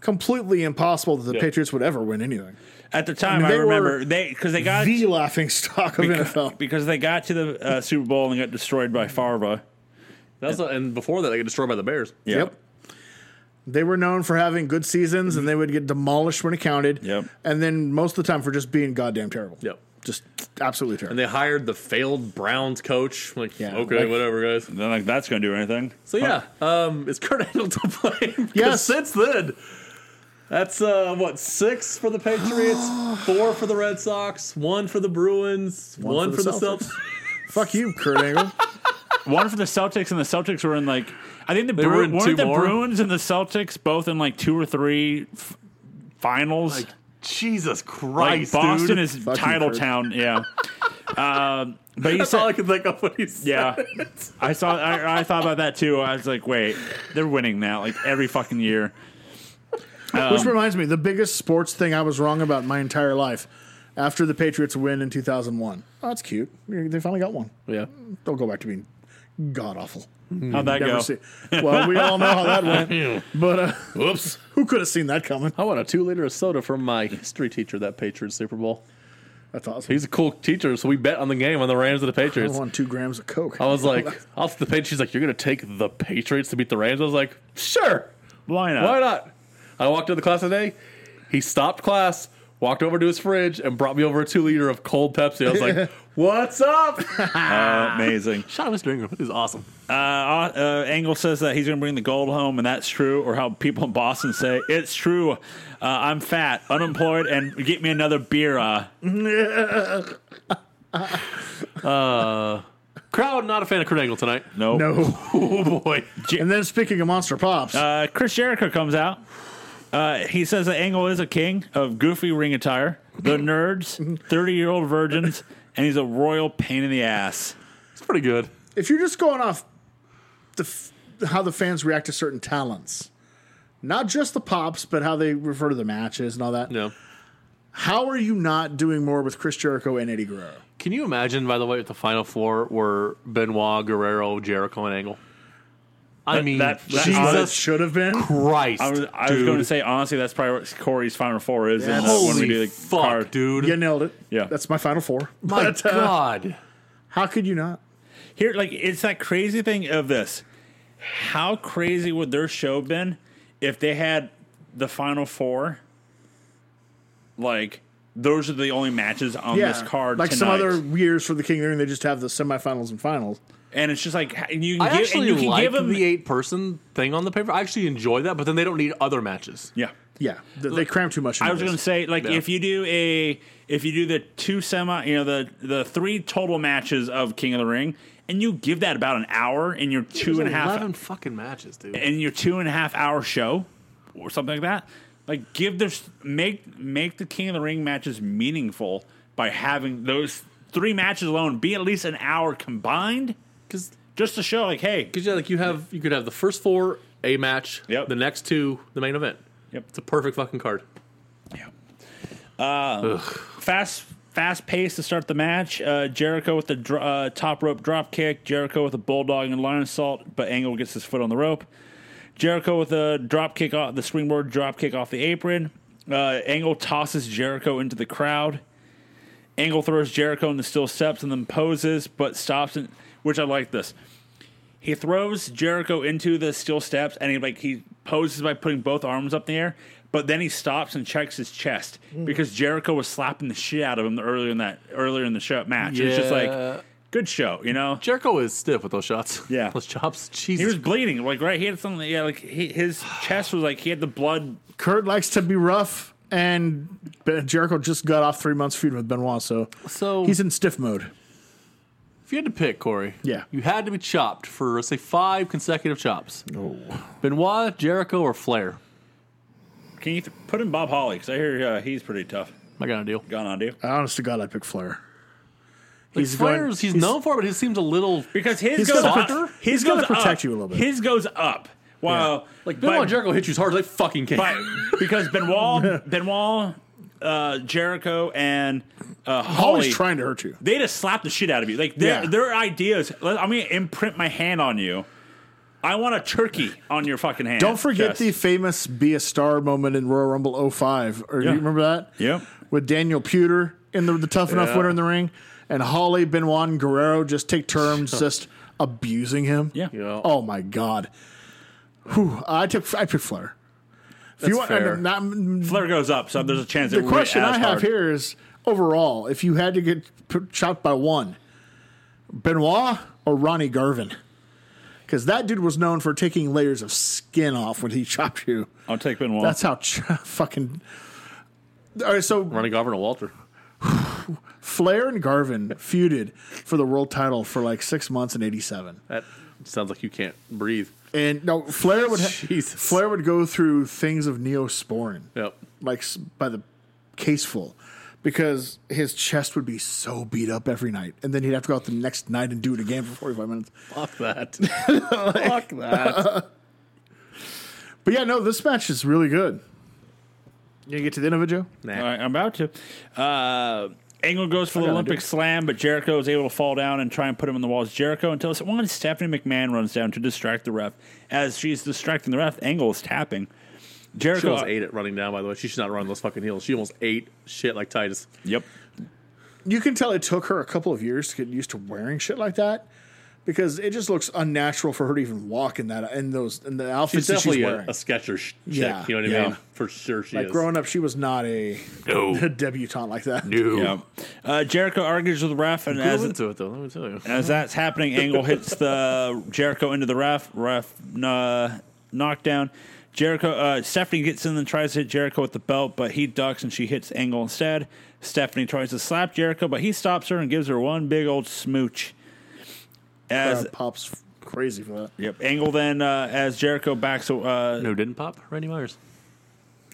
completely impossible that the
Yeah.
Patriots would ever win anything.
At the time, I,
they
remember
were
they because they got
the laughing stock of NFL.
because they got to the uh, Super Bowl and got destroyed by Farva.
That's not, and before that, they get destroyed by the Bears.
Yep. They were known for having good seasons and they would get demolished when it counted.
Yep.
And then most of the time for just being goddamn terrible.
Yep.
Just absolutely
And
terrible.
they hired the failed Browns coach. Like,
Yeah,
okay,
like-
whatever, guys.
They're like, that's going to do anything.
So yeah, um, is Kurt Angle to blame? 'Cause
Yes.
Since then, that's uh, what six for the Patriots, four for the Red Sox, one for the Bruins, one, for, the, Celtics.
Fuck you, Kurt Angle.
One for the Celtics, and the Celtics were in like I think the
were
Bru-
in
weren't
two
the
more?
Bruins and the Celtics both in like two or three f- finals.
Jesus
Like,
Christ,
Boston
dude.
is
Fucking
title
Kurt.
town. Yeah. um, but you
That's all
said,
I can think of when he said.
yeah.
it.
I saw. I, I thought about that too. I was like, wait, they're winning now, like every fucking year.
Which
Um,
reminds me, the biggest sports thing I was wrong about my entire life after the Patriots win in 2001. Oh, that's cute. They finally got one.
Yeah.
They'll go back to being god awful.
How'd that go?
Well, we all know how that went. But uh,
Whoops.
who could have seen that coming?
I want a two liter of soda from my history teacher that Patriots Super Bowl.
That's awesome.
He's a cool teacher, so we bet on the game on the Rams and the
I
Patriots.
won two grams of Coke.
I was like, I'll take the Patriots. She's like, you're gonna take the Patriots to beat the Rams. I was like, sure,
Why not?
why not? I walked into the class today. He stopped class, walked over to his fridge, and brought me over a two liter of cold Pepsi. I was like, what's up?
Uh, Amazing.
Shout out Mr. Ingram. This is awesome.
Uh, uh, Angle says that he's going to bring the gold home, and that's true. Or how people in Boston say it's true. Uh, I'm fat, unemployed, and get me another beer. Uh.
Crowd not a fan of Kurt Angle tonight.
Nope.
no.
Oh boy.
And then speaking of Monster Pops,
Uh, Chris Jericho comes out. Uh, he says that Angle is a king of goofy ring attire, the nerds, thirty year old virgins, and he's a royal pain in the ass.
It's pretty good.
if you're just going off the f- how the fans react to certain talents, not just the pops, but how they refer to the matches and all that.
Yeah.
How are you not doing more with Chris Jericho and Eddie Guerrero?
Can you imagine, by the way, if the final four were Benoit, Guerrero, Jericho, and Angle? I mean,
that- that-
What it
Jesus
should have been.
Christ.
I was, I was
dude.
going to say honestly, that's probably what Corey's final four is. and, uh,
Holy
when we do the
fuck,
card.
dude.
You nailed it.
Yeah.
that's my final four.
My
But, uh,
God.
how could you not?
here like it's that crazy thing of this how crazy would their show been if they had the final four like those are the only matches on this card
like some
tonight.
other years for the King of the Ring, they just have the semifinals and finals.
and it's just like and you can
I
give, and
actually
you can
like
give them
the eight person thing on the paper. I actually enjoy that, but then they don't need other matches.
yeah
Yeah, th- they cram too much.
I
into
was
this.
going to say, like,
Yeah.
if you do a, if you do the two semi, you know, the the three total matches of King of the Ring, and you give that about an hour in your two and a half
eleven fucking matches, dude.
in your two and a half hour show or something like that. Like give this make make the King of the Ring matches meaningful by having those three matches alone be at least an hour combined,
Because
just to show like, hey,
yeah, like you have you could have the first four a match.
Yep.
The next two, the main event.
Yep.
It's a perfect fucking card.
fast fast pace to start the match. Uh, Jericho with the dr- uh, top rope drop kick. Jericho with a bulldog and lion assault, but Angle gets his foot on the rope. Jericho with a drop kick off the springboard drop kick off the apron. Uh, Angle tosses Jericho into the crowd. Angle throws Jericho in the steel steps and then poses, but stops. And which I like this. He throws Jericho into the steel steps and he like he poses by putting both arms up in the air, but then he stops and checks his chest because Jericho was slapping the shit out of him earlier in that earlier in the show match. It was just
Yeah.
like good show, you know.
Jericho is stiff with those shots.
Yeah.
Those chops.
He
Jesus.
was bleeding, like right. He had something, yeah. Like he, his chest was like he had the blood.
Kurt likes to be rough, and Ben- Jericho just got off three months feud with Benoit, so
So-
he's in stiff mode.
if you had to pick, Corey.
Yeah.
You had to be chopped for, say, five consecutive chops.
Oh.
Benoit, Jericho, or Flair?
Can you th- put in Bob Holly? Because I hear uh, he's pretty tough.
I got a deal.
Gone on, dude.
Honest to God, I pick Flair.
Like,
He's going-
Flair's, he's,
he's-
known for it, but he seems a little.
Because his
He's
goes
gotta
up.
protect-
his
he's gotta
goes
protect
up.
you a little bit.
His goes up. Wow.
Like, Benoit,
but-
Jericho hits you as hard as they fucking can.
But because Benoit, Benoit, uh, Jericho, and uh, Holly,
Always trying to hurt you.
they just slap the shit out of you. Like their
Yeah.
their ideas. Let, I'm gonna imprint my hand on you. I want a turkey on your fucking hand.
Don't forget
Jess.
the famous "Be a Star" moment in Royal Rumble 05. Or
Yeah.
you remember that?
Yep.
With Daniel Pewter in the, the tough enough winner in the ring, and Holly, Benoit, and Guerrero just take turns just abusing him.
Yeah.
Yeah.
Oh my God. Whew, I took I picked Flair. if you want,
fair.
I'm not,
Flair goes up, so there's a chance.
the question I have here is overall, if you had to get p- chopped by one, Benoit or Ronnie Garvin? Because that dude was known for taking layers of skin off when he chopped you.
I'll take Benoit.
That's how ch- fucking. All right, so
Running Garvin or Walter.
Flair and Garvin feuded for the world title for like six months in '87,
That sounds like you can't breathe.
and no, Flair would ha-
Jesus.
Flair would go through things of neosporin.
Yep.
like s- by the caseful because his chest would be so beat up every night and then he'd have to go out the next night and do it again for 45 minutes
Fuck that. Fuck that.
but yeah no this match is really good you get to the end of it joe
Nah.
All right, I'm about to. Uh, Angle goes for the
gotta do
Olympic
it.
slam, but Jericho is able to fall down and try and put him in the walls. Jericho until someone Stephanie McMahon runs down to distract the ref. As she's distracting the ref, Angle is tapping.
She
Jericho.
almost ate it running down, by the way. She should not run those fucking heels. She almost ate shit like Titus.
Yep.
you can tell it took her a couple of years to get used to wearing shit like that because it just looks unnatural for her to even walk in that in those in the
She's
outfits that
definitely
she's
a,
wearing
a sketcher sh-
Yeah,
chick. You know what I
yeah.
mean? For sure she
like
is.
growing up she was not a,
no.
debutante like that
no.
Yeah. Uh, Jericho argues with the ref, and
As
as,
into it, though. Let me tell you.
as that's happening, Angle hits the Jericho into the ref. Ref uh, knockdown. Jericho. Uh, Stephanie gets in and tries to hit Jericho with the belt, but he ducks and she hits Angle instead. Stephanie tries to slap Jericho, but he stops her and gives her one big old smooch. As
Crowd pops f- crazy for that
yep, Angle then uh, as Jericho backs uh,
No, didn't pop? Randy Myers.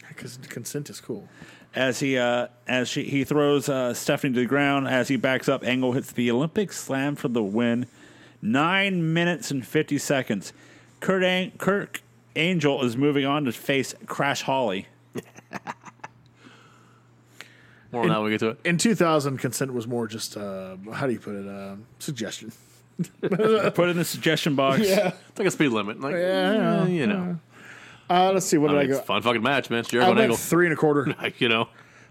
because consent is cool
as he uh, as she he throws uh, Stephanie to the ground. As he backs up, Angle hits the Olympic slam for the win. Nine minutes and fifty seconds. Kurt An- Kirk Angel is moving on to face Crash Holly.
More on that when we get to it.
in 2000 consent was more just uh, how do you put it uh, suggestion
Put in the suggestion box.
It's like a speed limit. Like, eh,
Yeah,
you know.
Uh, let's see. What
I
did I,
mean, it's
go?
a fun fucking match, man. It's Jericho
I
and Angle.
went three and a quarter.
Like, you know.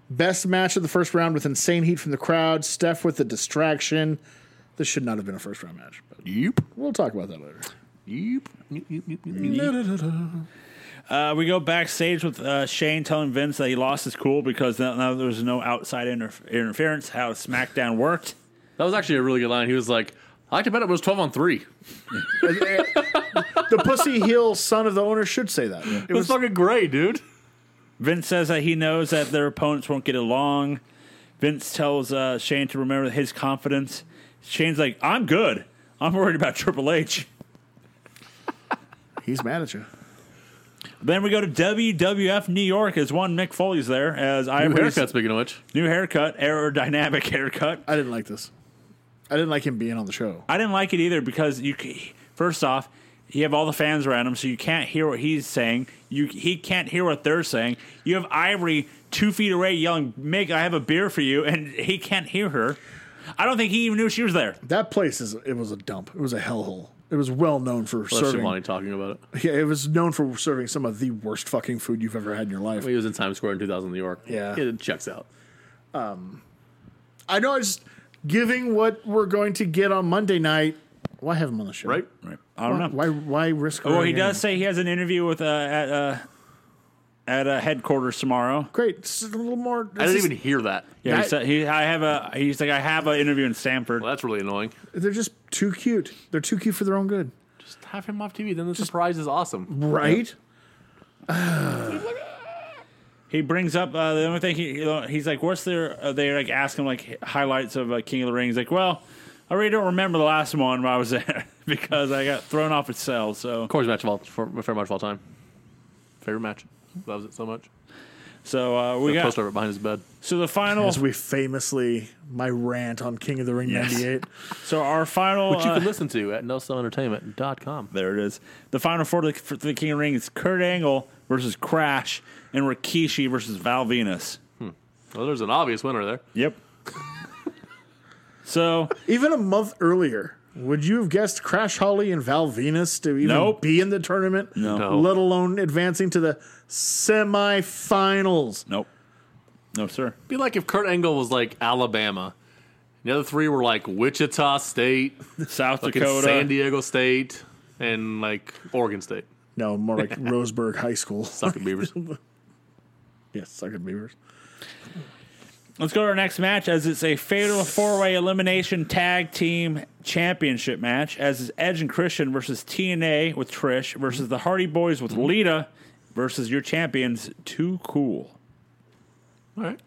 Best match of the first round with insane heat from the crowd. Steph with the distraction. This should not have been a first round match, but
Yep.
we'll talk about that later.
Yep. Yep, yep, yep, yep.
Uh, we go backstage with uh, Shane telling Vince that he lost his cool because now, now there was no outside interf interference. How SmackDown worked.
That was actually a really good line. He was like, I like to bet it was 12 on 3.
the pussy heel son of the owner should say that. It
It was
was
fucking great, dude.
Vince says that he knows that their opponents won't get along. Vince tells uh, Shane to remember his confidence. Shane's like, I'm good. I'm worried about Triple H.
he's mad at you.
Then we go to WWF New York as one Mick Foley's there as I
New haircut, speaking of which.
new haircut, aerodynamic haircut.
I didn't like this. I didn't like him being on the show.
I didn't like it either because you c- first off You have all the fans around him, so you can't hear what he's saying. You he can't hear what they're saying. You have Ivory two feet away yelling, "Mick, I have a beer for you," and he can't hear her. I don't think he even knew she was there.
That place is it was a dump. It was a hellhole. It was well known for
That's
serving.
Shivani talking about it.
Yeah, it was known for serving some of the worst fucking food you've ever had in your life.
He was in Times Square in 2000 New York.
Yeah.
It checks out.
I know. I just giving what we're going to get on Monday night. Why have him on the show?
Right? Oh,
Right. I don't know.
Why? Why risk?
Well,
our
he
game?
does say he has an interview with uh, at uh, at uh, headquarters tomorrow.
Great. It's a little more.
I didn't even hear that.
Yeah, he
That-
said he. I have a. He's like, I have an interview in Sanford.
Well, that's really annoying.
They're just too cute. They're too cute for their own good.
Just have him off TV. Then the surprise is awesome.
Right.
He brings up uh, the only thing he he- he's like, what's their? Uh, they like ask him like highlights of uh, King of the Rings. Like, well, I really don't remember the last one when I was there because I got thrown off its cell. So
Corey's match of all, for, favorite match of all time. Favorite match. Loves it so much.
so uh, we got
Poster of it behind his bed.
so the final.
As we famously, my rant on King of the Ring
Oh. Yes.
'98.
So our final.
Which you
uh,
can listen to at nocellentertainment.com.
There it is. The final four to the, for the King of the Ring is Kurt Angle versus Crash and Rikishi versus Val Venus.
Well, there's an obvious winner there.
Yep. so
Even a month earlier, would you have guessed Crash Holly and Val Venus to even
Nope.
be in the tournament?
no,
No.
Let alone advancing to the semifinals.
nope, no, sir.
be like if Kurt Angle was like Alabama. The other three were like Wichita State,
South
like
Dakota.
San Diego State, and like Oregon State.
No, more like Roseburg High School.
Sucker Beavers.
yes, sucking beavers.
Let's go to our next match as it's a fatal four way elimination tag team championship match. As is Edge and Christian versus TNA with Trish versus the Hardy Boys with Lita versus your champions, Too Cool.
All right.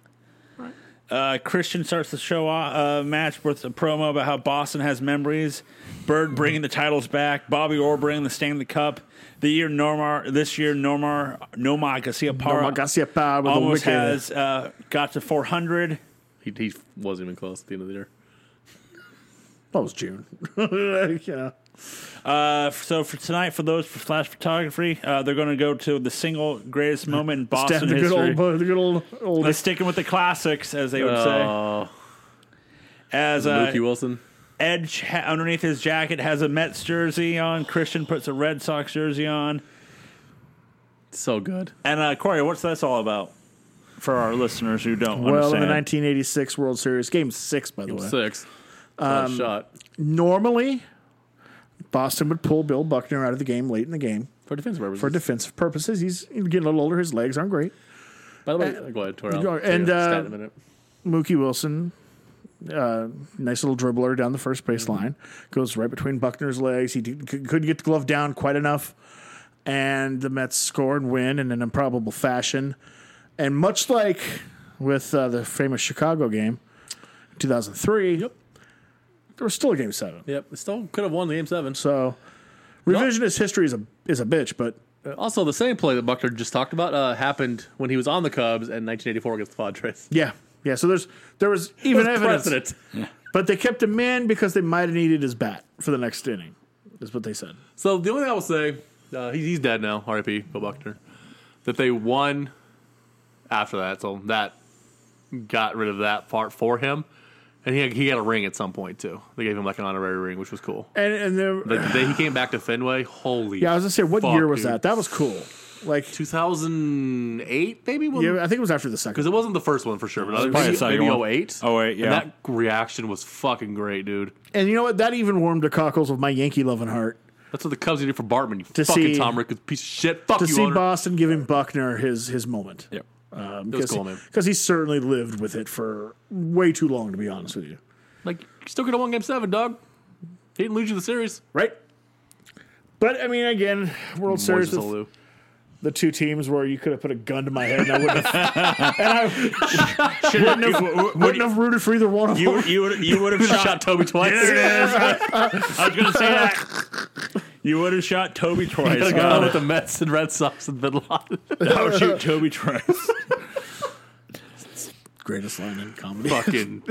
Uh, Christian starts the show off, uh, match with a promo about how Boston has memories. Bird bringing the titles back. Bobby Orr bringing the Stanley Cup. The year Normar this year Normar Nomar Garcia Parra
Norma Garcia Parra with a
almost
wicked-
has uh, got to 400.
He, he wasn't even close at the end of the year.
That was June. you know.
Uh, so for tonight, for those for flash photography, uh, they're going to go to the single greatest moment in
Stab
Boston
the good
history.
old, bu- the good old, old
Let's stick 'em with the classics, as they would
Uh,
say.
Oh,
As uh,
Mookie Wilson.
Edge ha- underneath his jacket has a Mets jersey on. Christian puts a Red Sox jersey on.
So good.
And uh, Corey, what's this all about for our listeners who don't
well
understand?
in the 1986 World Series, Game Six, by the way.
Six. Last shot.
Normally, Boston would pull Bill Buckner out of the game late in the game
For defense purposes.
for defensive purposes. He's getting a little older; his legs aren't great.
By the way, go ahead, Tori. I'll
go-
tell
and,
uh, you a stat
uh,
in a minute.
Mookie Wilson, uh, nice little dribbler down the first base line, goes right between Buckner's legs. He d- c- couldn't get the glove down quite enough, and the Mets score and win in an improbable fashion. And much like with uh, the famous Chicago game, 2003,
Yep.
there was still a game seven.
Yep. Still could have won the game seven.
So revisionist history is a is a bitch, but
Also, the same play that Buckner just talked about uh, happened when he was on the Cubs in 1984 against the Padres.
yeah, yeah. So there's there was even
There's
evidence,
precedent.
but they kept him in because they might have needed his bat for the next inning. Is what they said.
So the only thing I will say, uh, he's, he's dead now, R.I.P. Bill Buckner, that they won after that, so that got rid of that part for him, and he he got a ring at some point too. They gave him like an honorary ring, which was cool.
And and there,
Like the day he came back to Fenway, holy
Yeah, I was gonna say, what
fuck,
year was
dude.
that? That was cool. Like,
2008 maybe because
yeah, I think it was after the second.
it wasn't the first one for sure, but
probably
maybe,
the second
maybe
one.
08.
08, yeah.
And that reaction was fucking great, dude.
And you know what? That even warmed the cockles of my Yankee loving heart
That's what the Cubs needed for Bartman. You
To
fucking
see-
Tom Ricketts piece of shit. Fuck
to
you,
see
owner.
Boston giving Buckner his his moment.
Yep.
Um,
was
because
cool,
he-
man.
'cause he certainly lived with it for way too long, to be honest with you.
Like, you still could have won Game Seven, dog. He didn't lose you the series.
Right. But I mean, again, World Series,
Moises
the,
Alou.
the two teams where you could have put a gun to my head and I wouldn't have, and I wouldn't have, wouldn't have rooted for either one of them.
you you would you would have shot,
Shot Toby twice.
I was going to say that. You would have shot Toby twice.
Could've gone with the Mets and Red Sox and been lost.
I would shoot Toby twice.
Greatest line in comedy.
Fucking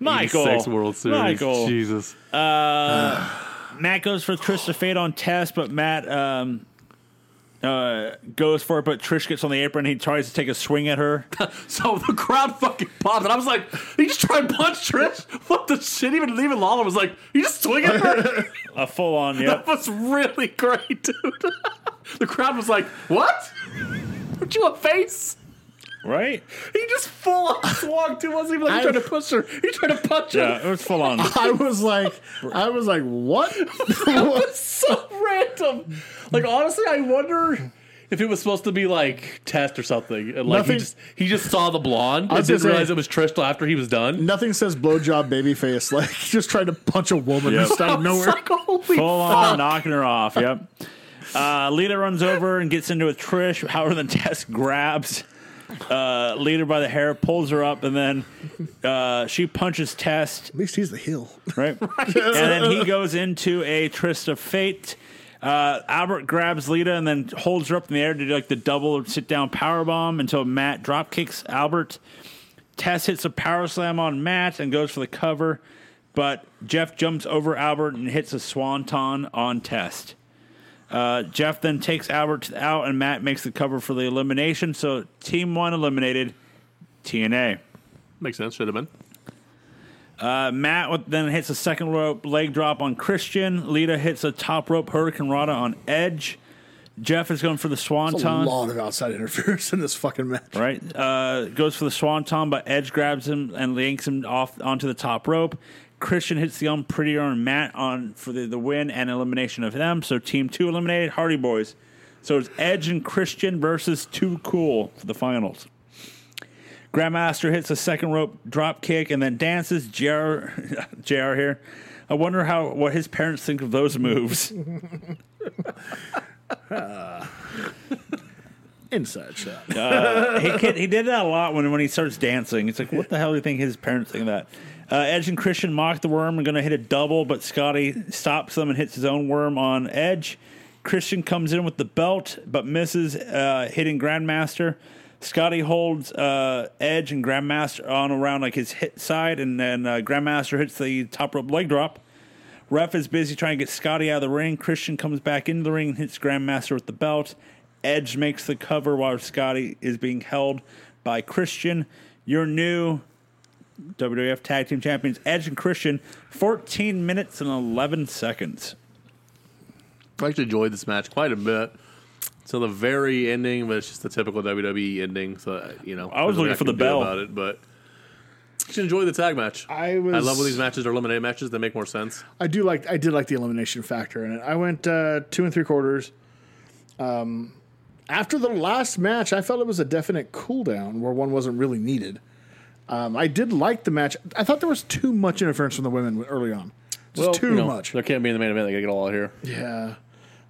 Michael,
six World Series.
Michael.
Jesus.
Matt goes for Trish to fade on Tess, but Matt um, uh, goes for it, but Trish gets on the apron. He tries to take a swing at her.
So the crowd fucking popped, and I was like, "He just tried to punch Trish." What the shit? Even leaving Lala was like, "He just swinging at her."
a full on,
that
yep.
was really great, dude. the crowd was like, "What? Aren't you a face?"
right?
He just full on swung too. Wasn't even like he tried to push her. He tried to punch her.
Yeah, it was full on.
I was like, I was like, what?
It's so random. Like honestly, I wonder if it was supposed to be like test or something. And like
Nothing-
he just he just saw the blonde. I
was
didn't
gonna say-
realize it was Trish till after he was done.
Nothing says blowjob babyface like just trying to punch a woman
Yep.
just out
I
of
was
nowhere.
like, holy
Full on, knocking her off. Yep. Uh, Lita runs over and gets into a Trish. Howard then Tess grabs uh, Lita by the hair, pulls her up, and then uh, she punches Tess,
At least he's the heel.
right? and then he goes into a Trist of Fate. Uh, Albert grabs Lita and then holds her up in the air to do like the double sit down power bomb until Matt drop kicks Albert. Tess hits a power slam on Matt and goes for the cover, but Jeff jumps over Albert and hits a swanton on Test. Uh, Jeff then takes Albert to the out, and Matt makes the cover for the elimination. So team one eliminated, TNA.
Makes sense. Should have been.
Uh, Matt with- then hits a second rope leg drop on Christian. Lita hits a top rope Hurricane Rana on Edge. Jeff is going for the
It's
Swanton.
a lot of outside interference in this fucking match.
Right. Uh, goes for the swanton, but Edge grabs him and yanks him off onto the top rope. Christian hits the unprettier on Matt on for the, the win and elimination of them. So team two eliminated Hardy Boys. So it's Edge and Christian versus Too Cool for the finals. Grandmaster hits a second rope drop kick and then dances. JR, JR here. I wonder how what his parents think of those moves.
Inside shot.
he, kid, he did that a lot when when he starts dancing. It's like, what the hell do you think his parents think of that? Uh, Edge and Christian mock the worm and going to hit a double, but Scotty stops them and hits his own worm on Edge. Christian comes in with the belt, but misses uh, hitting Grandmaster. Scotty holds uh, Edge and Grandmaster on around like his hit side, and then uh, Grandmaster hits the top rope leg drop. Ref is busy trying to get Scotty out of the ring. Christian comes back into the ring and hits Grandmaster with the belt. Edge makes the cover while Scotty is being held by Christian. Your new WWF Tag Team Champions, Edge and Christian, 14 minutes and 11 seconds.
I actually enjoyed this match quite a bit. So the very ending, but it's just the typical WWE ending. So uh, you know,
I was
there's nothing
looking for
can
the
do
bell.
about it, but just enjoy the tag match.
I was-
I love when these matches are eliminated matches. They make more sense.
I do like I did like the elimination factor in it. I went uh, two and three quarters. Um, after the last match, I felt it was a definite cooldown where one wasn't really needed. Um, I did like the match. I thought there was too much interference from the women early on. Just too
you know,
much.
There can't be in the main event. They gotta get all out here.
Yeah.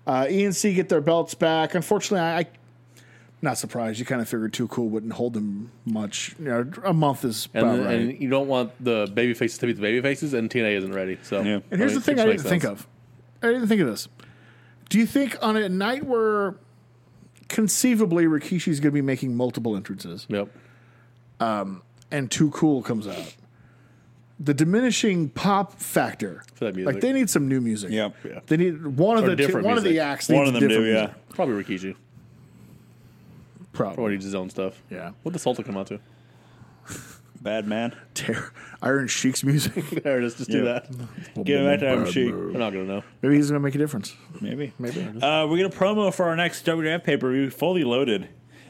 Uh, ENC get their belts back. Unfortunately, I, I not surprised. You kind of figured Too Cool wouldn't hold them much. You know, a month is
And,
about right.
and you don't want the baby faces to be the baby faces, and TNA isn't ready. So,
Yeah.
And
I
here's
mean,
the thing
it
I
just
didn't
makes
think
sense.
of. I didn't think of this. Do you think on a night where conceivably Rikishi's going to be making multiple entrances
Yep.
and Too Cool comes out, the diminishing pop factor,
For that music.
like they need some new music.
Yep. Yeah.
They need one of
Or
the two, one
different
of the
music.
acts.
One
needs
of them do,
different
yeah.
music.
Probably Rikishi.
Probably
Probably needs his own stuff.
Yeah.
What the Sultan come out to?
Bad man.
Ter- Iron Sheik's music.
There it is. Just
Yeah.
do that.
Get him back to Iron Sheik.
We're not gonna know.
Maybe he's going to make a difference.
Maybe. Maybe. Uh, we get a promo for our next WWF pay per view, fully loaded.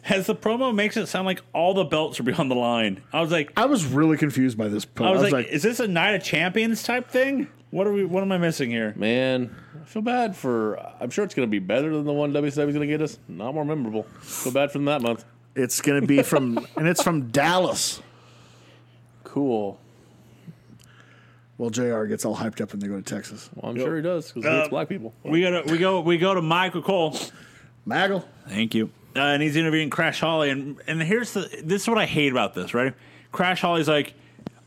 As the promo makes it sound like all the belts are beyond the line. I was like,
I was really confused by this.
I was, like, is this a Night of Champions type thing? What are we? What am I missing here?
Man, I feel bad for. I'm sure it's gonna be better than the one WCW's gonna get us. Not more memorable. Feel bad for them that month.
it's going to be from, and it's from Dallas.
Cool.
Well, JR gets all hyped up when they go to Texas.
Well, I'm sure he does because he
Uh,
Um,
hates black people.
We go to we go we go to Michael Cole.
Maggle.
Thank you. Uh, and he's interviewing Crash Holly, and and here's the this is what I hate about this. Right, Crash Holly's like,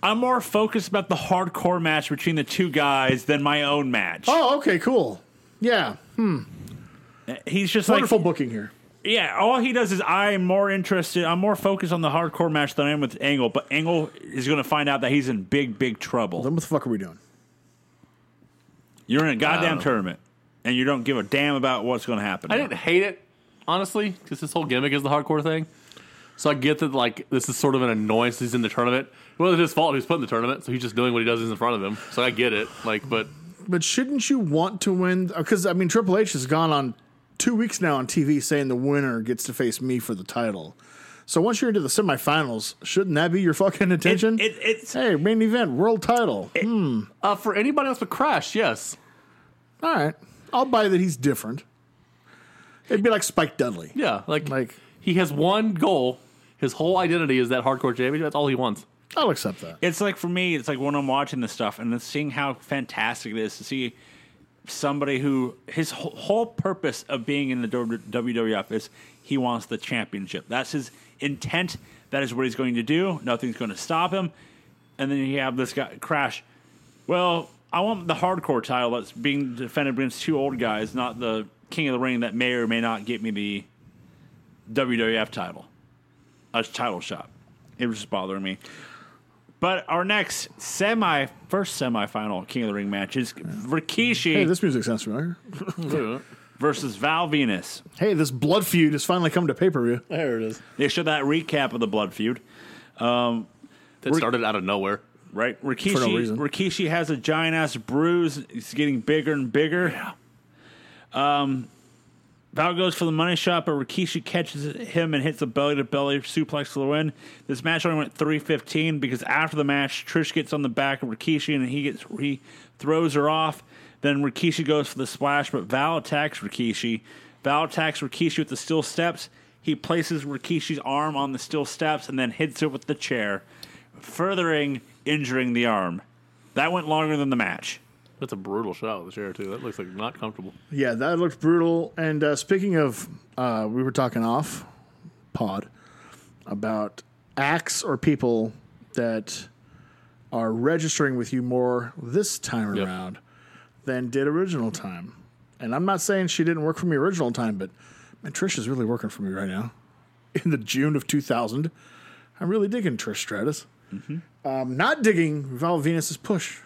I'm more focused about the hardcore match between the two guys than my own match.
Oh, okay, cool. Yeah,
He's just
wonderful
like,
booking here.
yeah. All he does is I'm more interested. I'm more focused on the hardcore match than I am with Angle. But Angle is going to find out that he's in big big trouble.
Then what the fuck are we doing?
You're in a goddamn tournament, and you don't give a damn about what's going to happen.
I didn't hate it, honestly, because this whole gimmick is the hardcore thing. So I get that, like, this is sort of an annoyance. He's in the tournament. It wasn't his fault. He was put in the tournament, so he's just doing what he does in front of him. So I get it. Like, but
But shouldn't you want to win? Because I mean, Triple H has gone on two weeks now on TV saying the winner gets to face me for the title. So once you're into the semifinals, shouldn't that be your fucking
It,
attention?
it, it's
hey, main event, world title.
uh, for anybody else but Crash, yes.
Hmm, All right, I'll buy that he's different. It'd be like Spike Dudley.
Yeah. Like,
Like-
he has one goal. His whole identity is that hardcore championship. That's all he wants.
I'll accept that.
it's like for me, it's like when I'm watching this stuff and then seeing how fantastic it is to see somebody who his wh- whole purpose of being in the WWF is he wants the championship. That's his intent. That is what he's going to do. Nothing's going to stop him. And then you have this guy crash. Well, I want the hardcore title that's being defended against two old guys, not the King of the Ring that may or may not get me the WWF title, a title shot. It was just bothering me. But our next semi, first semifinal King of the Ring match is Rikishi
Hey, this music sounds familiar.
versus Val Venus.
Hey, this blood feud has finally come to pay per view.
There it is.
They showed that recap of the blood feud,
That started out of nowhere.
right? Rikishi,
no reason.
Rikishi has a giant ass bruise. It's getting bigger and bigger. Um, Val goes for the money shot, but Rikishi catches him and hits a belly to belly suplex for the win. This match only went three fifteen because after the match, Trish gets on the back of Rikishi and he gets he throws her off. Then Rikishi goes for the splash, but Val attacks Rikishi. Val attacks Rikishi with the steel steps. He places Rikishi's arm on the steel steps and then hits it with the chair, furthering injuring the arm. That went longer than the match.
That's a brutal shot with the chair, too. That looks like not comfortable.
Yeah, that looked brutal. And uh, speaking of, uh, we were talking off pod about acts or people that are registering with you more this time
Yep.
around than did original time. And I'm not saying she didn't work for me original time, but man, Trish is really working for me right now. In the June of 2000, I'm really digging Trish Stratus.
Mm-hmm.
Um, not digging Val Venus's push.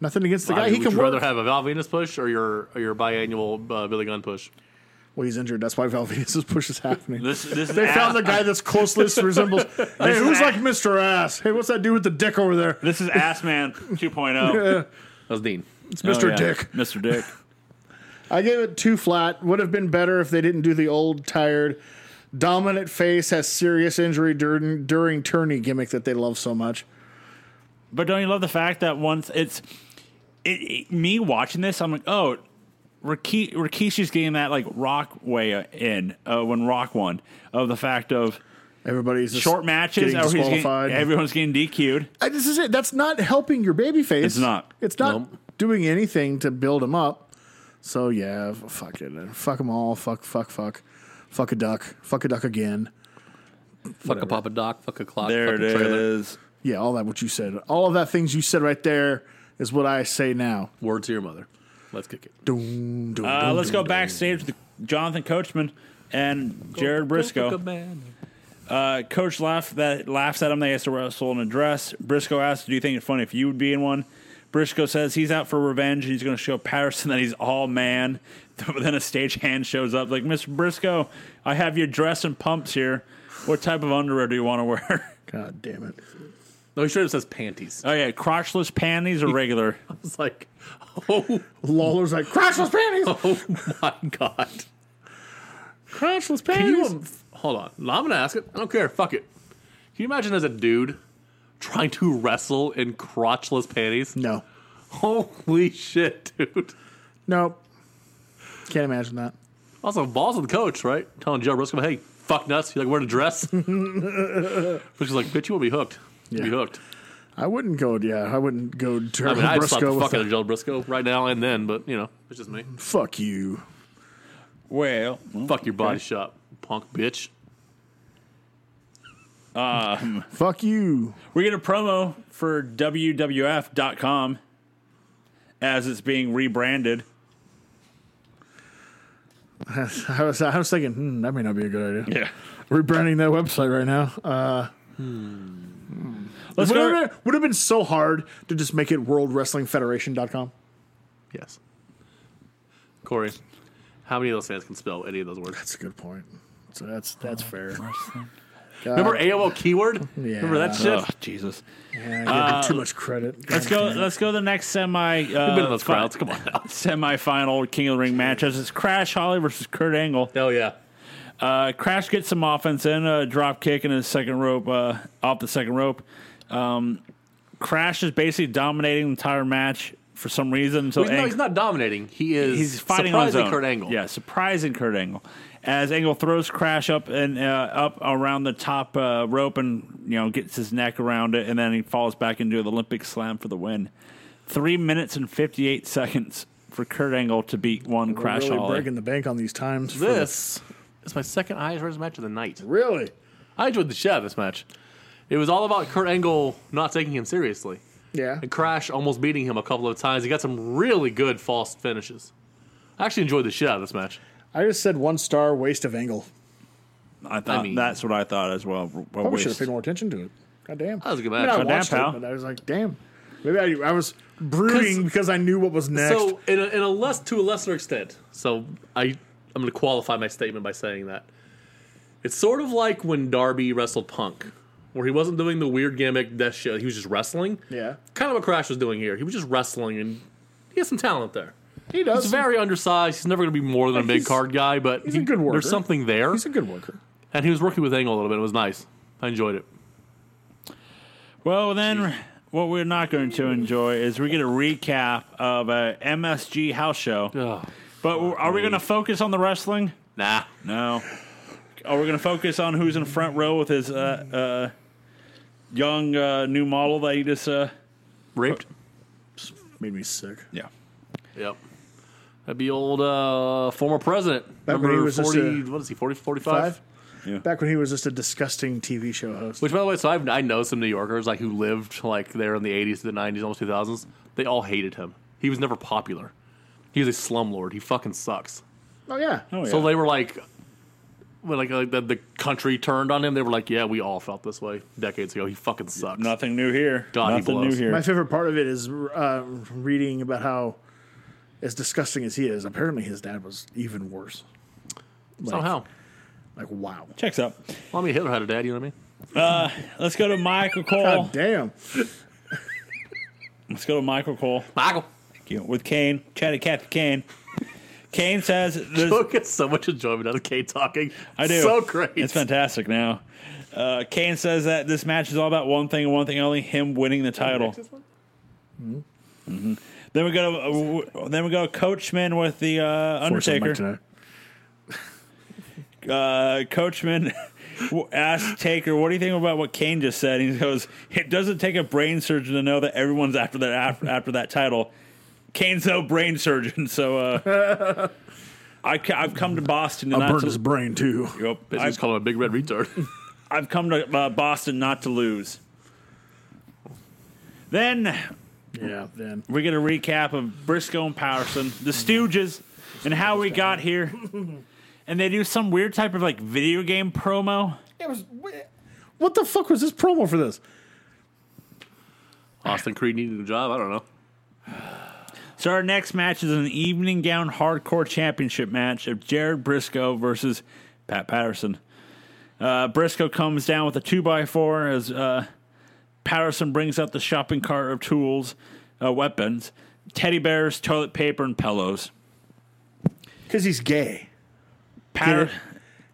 Nothing against the
I
guy.
mean,
he
would
can
you
work.
rather have a Val Venus push or your or your biannual uh, Billy Gunn push?
Well, he's injured. That's why Valvinus's push is happening.
This, this
they
is
found the
ass,
guy that's closest resembles. hey,
is
who's
a-
like Mr. Ass? Hey, what's that dude with the dick over there?
This is Ass Man 2.0.
That's Dean.
It's Mr.
Oh, yeah.
Dick.
Mr. Dick.
I gave it two flat. Would have been better if they didn't do the old tired dominant face has serious injury during during tourney gimmick that they love so much.
But don't you love the fact that once it's it, it- me watching this, I'm like, oh, Riki, Rikishi's getting that like Rock way in uh, when Rock won of the fact of
Everybody's just
short matches,
getting
everybody's getting-
disqualified.
everyone's getting DQ'd.
I- this is it. That's not helping your baby face.
It's not.
It's not
Nope.
doing anything to build him up. So yeah, f- fuck it. Fuck them all. Fuck, fuck, fuck. Fuck a duck. Fuck a duck again.
Fuck a Papa Doc. Fuck a clock.
There
fuck
it
a trailer.
is.
Yeah, all that what you said. All of that things you said right there is what I say now.
Word to your mother. Let's kick it.
Doom, doom,
Uh,
doom,
let's
doom,
go backstage with Jonathan Coachman and Jared Briscoe. Uh, Coach laughed that laughs at him. They has to wrestle in a dress. Briscoe asks, "Do you think it's funny if you would be in one?" Briscoe says he's out for revenge and he's going to show Patterson that he's all man. But then a stagehand shows up, like Mr. Briscoe, I have your dress and pumps here. What type of underwear do you want to wear?
doom. God damn it.
No, he should have says panties.
oh yeah, crotchless panties or regular?
I was like, oh,
Lawler's like crotchless panties.
oh my god.
Crotchless
Can you
panties.
im- hold on? No, I'm gonna ask it. I don't care. Fuck it. Can you imagine as a dude trying to wrestle in crotchless panties?
No,
Holy shit, dude.
no. Can't imagine that.
Also, balls of the coach, right? Telling Joe Briscoe, hey, fuck nuts. You're like wearing a dress. Briscoe's like, bitch, you will be hooked. You'll
Yeah.
be hooked.
I wouldn't go. Yeah, I wouldn't go.
I
Turn
mean, I'd slap
Briscoe
the
with
fuck out
that.
of Joe Briscoe right now and then, but, you know, it's just me.
Fuck you.
Well,
Fuck your body shop, punk bitch.
Fuck you.
we get a promo for WWF.com as it's being rebranded.
I was, I was thinking hmm, that may not be a good idea.
Yeah,
Rebranding that website right now. Uh,
let's
would,
go.
have been, would have been so hard to just make it worldwrestlingfederation.com.
Yes. Corey, how many of those fans can spell any of those words?
That's a good point. Oh. So that's that's fair.
Remember AOL keyword? Remember that
Yeah.
shit?
Ugh, Jesus.
Yeah, uh, I give them too much credit.
Let's go. Let's go to the next semi. Uh,
You've been in those crowds. Come on now.
Semi-final King of the Ring match. It's Crash Holly versus Kurt Angle.
Hell yeah.
Uh, Crash gets some offense in a drop kick and a second rope uh, off the second rope. Um, Crash is basically dominating the entire match for some reason. Until
He's, no,
Ang-
he's not dominating. He is
he's fighting on his
surprising
own.
Kurt Angle.
Yeah, surprising Kurt Angle. As Angle throws Crash up and uh, up around the top uh, rope and you know gets his neck around it, and then he falls back into the Olympic slam for the win. Three minutes and fifty eight seconds for Kurt Angle to beat one
We're
Crash
really
Holly.
breaking the bank on these times. for
This is my second highest rated match of the night.
the- really?
I enjoyed the shit out of this match. It was all about Kurt Angle not taking him seriously.
Yeah.
And Crash almost beating him a couple of times. He got some really good false finishes. I actually enjoyed the shit out of this match.
I just said one star waste of angle.
I thought
I mean-
that's what I thought as well. A
Probably should have
waste.
paid more attention to it. God damn.
That was a good
I, mean,
match.
I
God
damn,
watched
pal.
it, but I was like, damn. Maybe I, I was brooding because I knew what was next.
So, in a, in a less to a lesser extent, so I I'm going to qualify my statement by saying that it's sort of like when Darby wrestled Punk, where he wasn't doing the weird gimmick death shit. He was just wrestling.
yeah.
Kind of what Crash was doing here. He was just wrestling, and he has some talent there.
He does.
He's very undersized. He's never going to be more than a big
He's-
card guy, but
he's a good worker.
There's something there,
He's a good worker.
and he was working with Angle a little bit. It was nice. I enjoyed it.
Well, then, what we're not going to enjoy is we get a recap of a MSG house show. But are we going to focus on the wrestling?
Nah,
No. Are we going to focus on who's in front row with his uh, uh, young uh, new model that he just? Uh,
raped.
Made me sick.
yeah.
Yep. That'd be old uh, former president.
Back when he
number
was just
40,
a-
what is he, 40, 45?
Five.
Yeah.
Back when he was just a disgusting TV show host.
Which, by the way, so I've, I know some New Yorkers like who lived like there in the '80s to the '90s, almost 2000s. They all hated him. He was never popular. He was a slumlord. He fucking sucks.
Oh yeah.
Oh yeah.
So they were like, when like, like the, the country turned on him, they were like, "Yeah, we all felt this way decades ago. He fucking sucks."
Nothing new here.
God, he
Nothing new
blows.
here.
My favorite part of it is uh, reading about how, as disgusting as he is, apparently his dad was even worse. Like,
Somehow,
Like wow.
Checks up.
well, I mean, Hitler had a dad. You know what I mean?
Let's go to Michael
God
Cole.
damn.
Let's go to Michael Cole.
Michael.
Thank you. With Kane, Chatty Cathy Kane. Kane says, this,
Look at so much enjoyment out of Kate talking.
I do.
So great.
It's fantastic now. Uh, Kane says that this match is all about one thing and one thing only: him winning the title. Then we go to uh, w- w- then we go Coachman with the uh, Undertaker. Uh, Coachman w- asks Taker, "What do you think about what Kane just said?" And he goes, "It doesn't take a brain surgeon to know that everyone's after that after, after that title." Kane's no brain surgeon, so uh, I, ca- I've come to Boston. And
I
not
burned
to,
his brain too.
Yep.
Basically,
I've,
just call him a big red retard.
I've come to uh, Boston not to lose. Then
Yeah. Then
we get a recap of Briscoe and Patterson, the Stooges, and how we got here. And they do some weird type of like video game promo.
it was. What the fuck was this promo for this?
Austin Creed needed a job. I don't know.
So our next match is an evening gown hardcore championship match of Jared Briscoe versus Pat Patterson. Uh, Briscoe comes down with a two by four as uh, Patterson brings out the shopping cart of tools, uh, weapons, teddy bears, toilet paper, and pillows.
Because he's gay.
Patter-
Get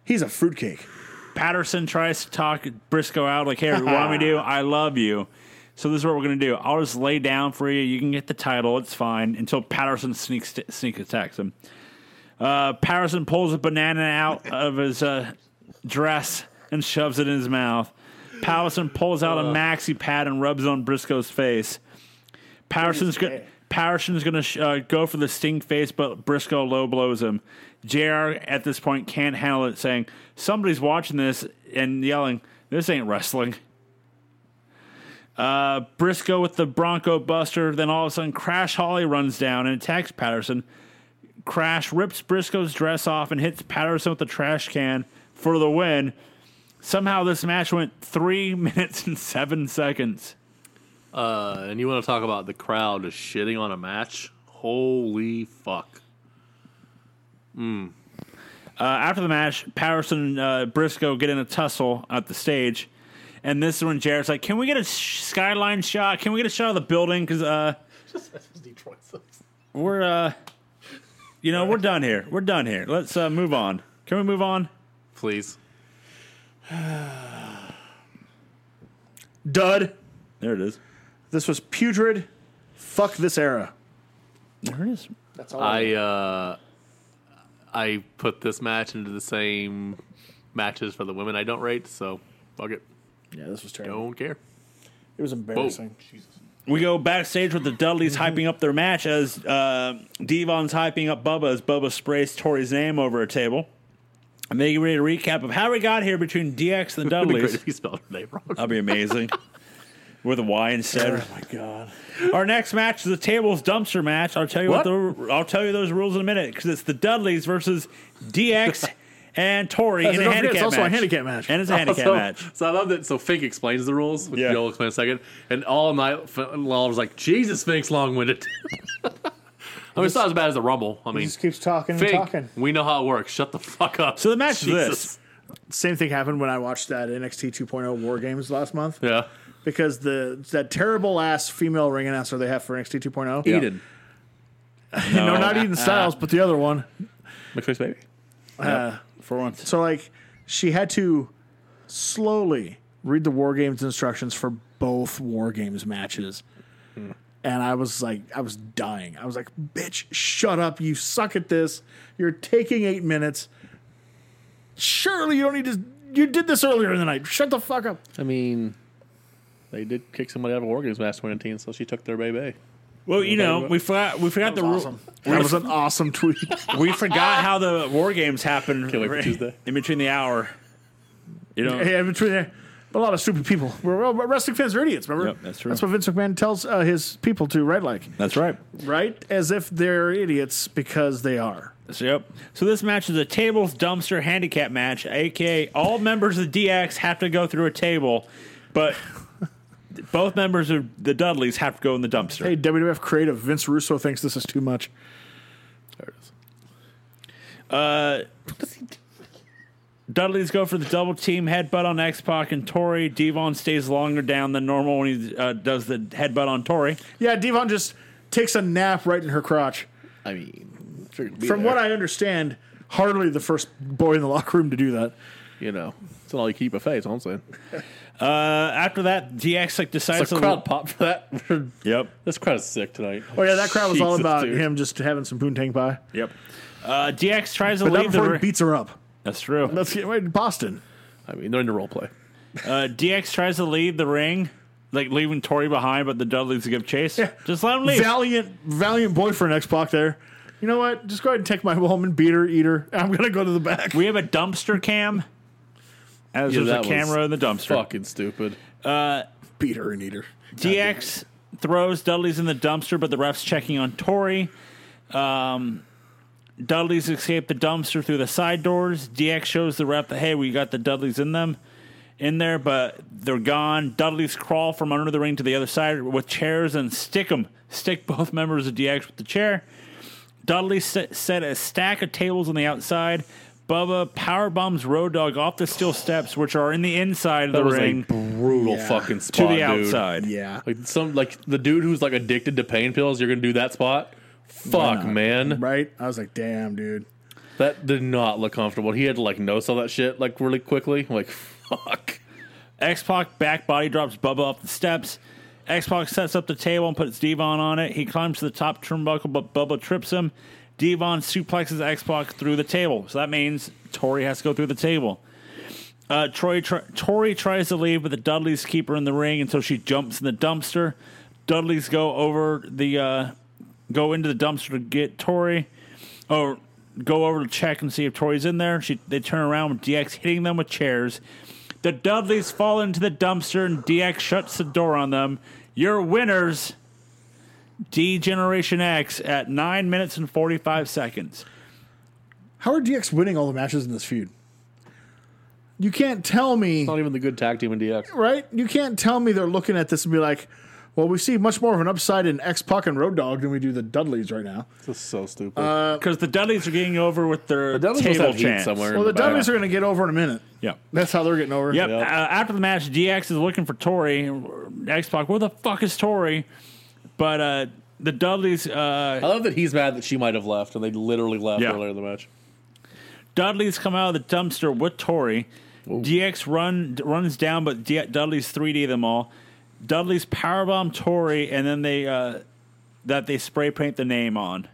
He's a fruitcake.
Patterson tries to talk Briscoe out, like, hey, what do I do? I love you. So this is what we're going to do. I'll just lay down for you. You can get the title. It's fine until Patterson sneaks sneak attacks him. Uh, Patterson pulls a banana out of his uh, dress and shoves it in his mouth. Patterson pulls out a maxi pad and rubs it on Briscoe's face. Patterson's go- Patterson's going to sh- uh, go for the sting face, but Briscoe low blows him. JR at this point can't handle it, saying, Somebody's watching this and yelling, This ain't wrestling. Uh, Briscoe with the Bronco Buster. Then all of a sudden, Crash Holly runs down and attacks Patterson. Crash rips Briscoe's dress off and hits Patterson with the trash can for the win. Somehow, this match went three minutes and seven seconds.
Uh, and you want to talk about the crowd shitting on a match? Holy fuck.
Uh, after the match, Patterson uh, Briscoe get in a tussle at the stage, and this is when Jared's like, "Can we get a sh- skyline shot? Can we get a shot of the building? Because uh,
Detroit
we're uh, you know, we're done here. We're done here. Let's uh, move on. Can we move on?"
Please.
Dud.
There it is.
This was putrid. Fuck this era.
There it is.
That's all.
I uh, I put this match into the same matches for the women I don't rate, so fuck it.
yeah, this was terrible.
Don't care.
It was embarrassing.
We go backstage with the Dudleys
Mm-hmm.
hyping up their match as uh, Devon's hyping up Bubba as Bubba sprays Tori's name over a table. And they get ready to recap of how we got here between DX and the
It'd be great
Dudleys.
if he spelled her name wrong.
That'd be amazing. With a Y instead.
Oh my god.
Our next match is the tables dumpster match. I'll tell you what, the, I'll tell you those rules in a minute because it's the Dudleys versus DX and Tori
Don't
in a
forget,
handicap
it's also
match.
a handicap match.
And it's a handicap
so,
match.
So I love that. So Fink explains the rules, which
Yeah.
you'll explain in a second. And all night, F- Lawler was like, Jesus, Fink's long winded. I mean, it's not as bad as the Rumble. I
He
mean,
just keeps talking and
Fink,
talking.
we know how it works. Shut the fuck up.
So the match is this.
Same thing happened when I watched that NXT 2.0 War Games last month
Yeah.
because the that terrible ass female ring announcer they have for NXT 2.0.
Eden.
oh, No, not Eden Styles, but the other one.
McFish baby.
For once.
So like she had to slowly read the war games instructions for both war games matches. And I was like, I was dying. I was like, bitch, shut up. You suck at this. You're taking eight minutes. Surely you don't need to. You did this earlier in the night. Shut the fuck up.
I mean, they did kick somebody out of a War Games match 2019, so she took their baby.
Well, you know, we forgot we forgot the rules.
That was an awesome tweet.
We forgot how the war games happened
Can't wait for
right-
Tuesday.
in between the hour. You know,
Yeah, between there, a lot of stupid people. We're, we're wrestling fans are idiots. Remember?
Yep, that's true.
That's what Vince McMahon tells uh, his people to write like.
that's right.
Right? As if they're idiots because they are.
So, yep. So this match is a tables dumpster handicap match, aka all members of DX have to go through a table, but both members of the Dudleys have to go in the dumpster.
Hey, WWF creative Vince Russo thinks this is too much.
There it is.
Dudley's go for the double team headbutt on X Pac and Tori. Devon stays longer down than normal when he uh, does the headbutt on Tori.
Yeah, Devon just takes a nap right in her crotch.
I mean,
From what I understand, hardly the first boy in the locker room to do that.
you know, it's not all you keep a face, I'm saying.
Uh, after that, DX like decides
It's a
to
crowd pop for that.
Yep.
this crowd is sick tonight.
Oh yeah, that crowd was all
Jesus,
about
dude.
him just having some poontang pie.
Yep. Uh, DX tries to
But not
leave the.
before
ri-
he beats her up.
That's true.
Let's get right to Boston.
I mean, they're into role play.
Uh, DX tries to leave the ring, like leaving Tori behind, but the Dudleys give chase. Just let him leave.
Valiant, valiant boyfriend X Pac there. You know what? Just go ahead and take my woman, beat her, eat her. I'm gonna go to the back.
we have a dumpster cam. As
Yeah,
there's a
that was
camera in the dumpster.
Fucking stupid.
Beat her and eat her.
DX throws Dudley's in the dumpster, but the ref's checking on Tori. Um, Dudley's escape the dumpster through the side doors. DX shows the ref that hey, we got the Dudleys in them, in there, but they're gone. Dudley's crawl from under the ring to the other side with chairs and stick them, stick both members of DX with the chair. Dudley set, set a stack of tables on the outside. Bubba power bombs Road Dog off the steel steps, which are in the inside of
That
the
was
ring,
a brutal
Yeah.
fucking
to
spot,
the
dude.
outside.
Yeah.
Like some like the dude who's like addicted to pain pills. You're gonna do that spot. Fuck, man.
Right? I was like, damn, dude.
That did not look comfortable. He had to like no sell that shit like really quickly. Like fuck.
X Pac back body drops Bubba off the steps. X Pac sets up the table and puts Devon on it. He climbs to the top turnbuckle, but Bubba trips him. Devon suplexes X Pac through the table. So that means Tori has to go through the table. Uh, Troy tr- Tori tries to leave, but the Dudleys keep her in the ring until she jumps in the dumpster. Dudleys go over the uh, go into the dumpster to get Tori, or Oh, go over to check and see if Tori's in there. She they turn around with DX hitting them with chairs. The Dudleys fall into the dumpster and DX shuts the door on them. Your winners, D Generation X, at nine minutes and forty five seconds.
How are DX winning all the matches in this feud? You can't tell me,
Not even the good tag team in DX.
right? You can't tell me they're looking at this and be like, Well, we see much more of an upside in X Pac and Road Dogg than we do the Dudleys right now.
This is so stupid.
Because the Dudleys are getting over with their
Dudleys must
Uh, table
have heat
chance.
somewhere.
Well, the
Back.
Dudleys are going to get over in a minute.
Yeah.
That's how they're getting over.
Yep.
Yep.
Uh, after the match, DX is looking for Tori. X Pac, where the fuck is Tori? But uh, the Dudleys, uh,
I love that he's mad that she might have left, and they literally left
Yeah.
earlier in the match.
Dudley's come out of the dumpster with Tori. DX run runs down, but D- Dudley's 3D them all. Dudley's powerbomb Tori, and then they uh, that they spray paint the name on.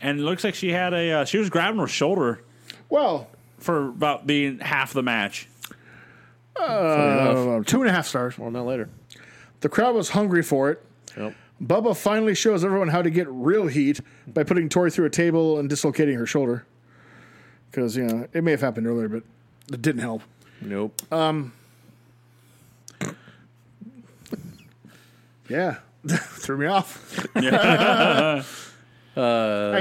And it looks like she had a uh, she was grabbing her shoulder
Well,
for about being half the match.
uh, two and a half stars.
More on that later.
The crowd was hungry for it.
Yep.
Bubba finally shows everyone how to get real heat by putting Tori through a table and dislocating her shoulder. Because, you know, it may have happened earlier, but it didn't help.
Nope.
Uh,
Yeah. Threw me off. I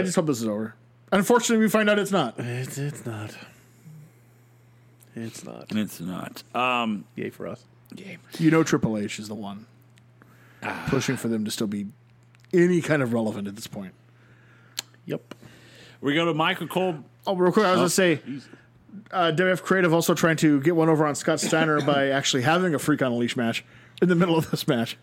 just hope this is over. Unfortunately, we find out it's not.
it's, it's not. It's not.
And it's not. Um,
Yay for us.
You know, Triple H is the one pushing for them to still be any kind of relevant at this point.
Yep.
we go to Michael Cole.
Oh, real quick, I was going to say uh, WF Creative also trying to get one over on Scott Steiner by actually having a Freak on a Leash match in the middle of this match.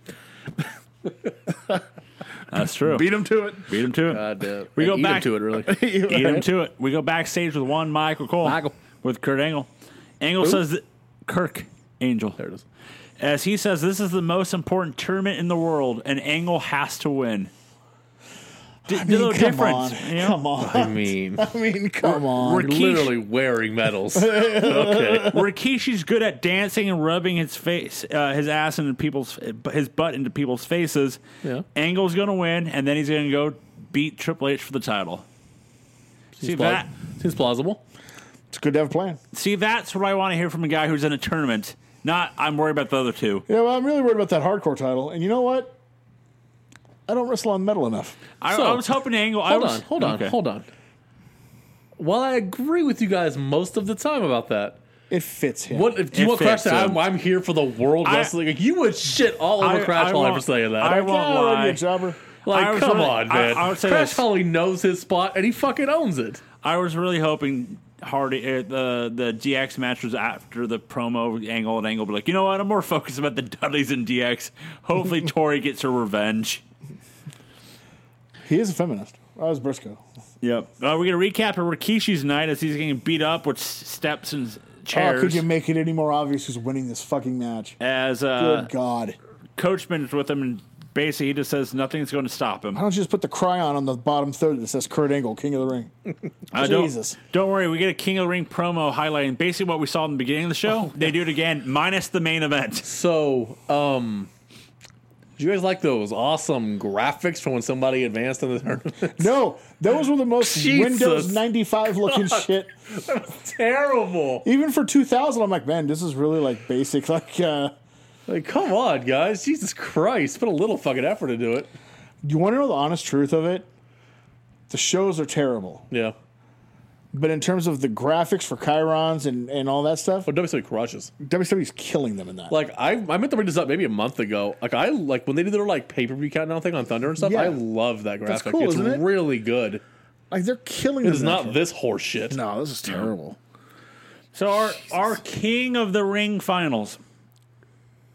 That's true.
Beat him to it.
Beat him to it.
God, uh,
We go
eat him
back-
to it, really.
Eat him to it. We go backstage with one Michael Cole.
Michael.
With Kurt Angle. Angle says that Kirk Angel.
there it is.
As he says, this is the most important tournament in the world, and Angle has to win. D- no difference. you know?
Come on.
I mean,
I mean, come on.
We're-
you're literally wearing medals. okay.
Rikishi's good at dancing and rubbing his face, uh, his ass into people's, his butt into people's faces.
Yeah.
Angle's gonna win, and then he's gonna go beat Triple H for the title. See
Seems
that?
plaus- Seems plausible.
It's good to have a plan.
See, that's what I want to hear from a guy who's in a tournament. Not, I'm worried about the other two.
Yeah, well, I'm really worried about that hardcore title. And you know what? I don't wrestle on metal enough.
I,
So-
I was hoping Angle. I
Hold
was,
on, hold on,
Okay.
hold on. While I agree with you guys most of the time about that,
It fits him.
what if do you
It
want Crash? to-
fits
I'm,
him.
I'm here for the world
I-
wrestling. Like, you would shit all over
I-
Crash
I
Holly
won't-
for saying that.
I
Like,
won't
Yeah,
lie.
you jobber.
I was
come
really-
on,
I-
man.
I would say
Crash
this.
Holly knows his spot and he fucking owns it.
I was really hoping Hardy uh, the the DX match was after the promo angle and angle, but like you know what, I'm more focused about the Dudleys and DX. Hopefully, Tori gets her revenge.
He is a feminist. I was Briscoe. Oh,
Yep. Uh, we're gonna recap of Rikishi's night as he's getting beat up with s- steps and s- chairs.
Oh, could you make it any more obvious who's winning this fucking match?
as
Good
uh,
God.
Coachman's with him, and basically he just says nothing's going to stop him.
Why don't you just put the cryon on the bottom third that says Kurt Angle, King of the Ring?
Uh, don't-
Jesus.
Don't, worry, we get a King of the Ring promo highlighting basically what we saw in the beginning of the show. they do it again, minus the main event.
So, um, do you guys like those awesome graphics from when somebody advanced in the tournament?
No, those were the most
Jesus.
Windows 95 looking shit.
Terrible.
Even for 2000, I'm like, man, this is really like basic. Like, uh,
Like, come on, guys. Jesus Christ. Put a little fucking effort into it.
you want to know the honest truth of it? The shows are terrible.
Yeah.
But in terms of the graphics for Chirons and, and all that stuff,
But WWE crushes.
WWE's killing them in that.
Like I, I meant to bring this up maybe a month ago. Like I like when they did their like pay per view countdown thing on Thunder and stuff.
Yeah.
I love that graphic.
cool,
it's
isn't it?
really good.
Like, they're killing
It
them.
is
in that
not this horse shit.
shit. No, this is terrible.
So our our King of the Ring finals.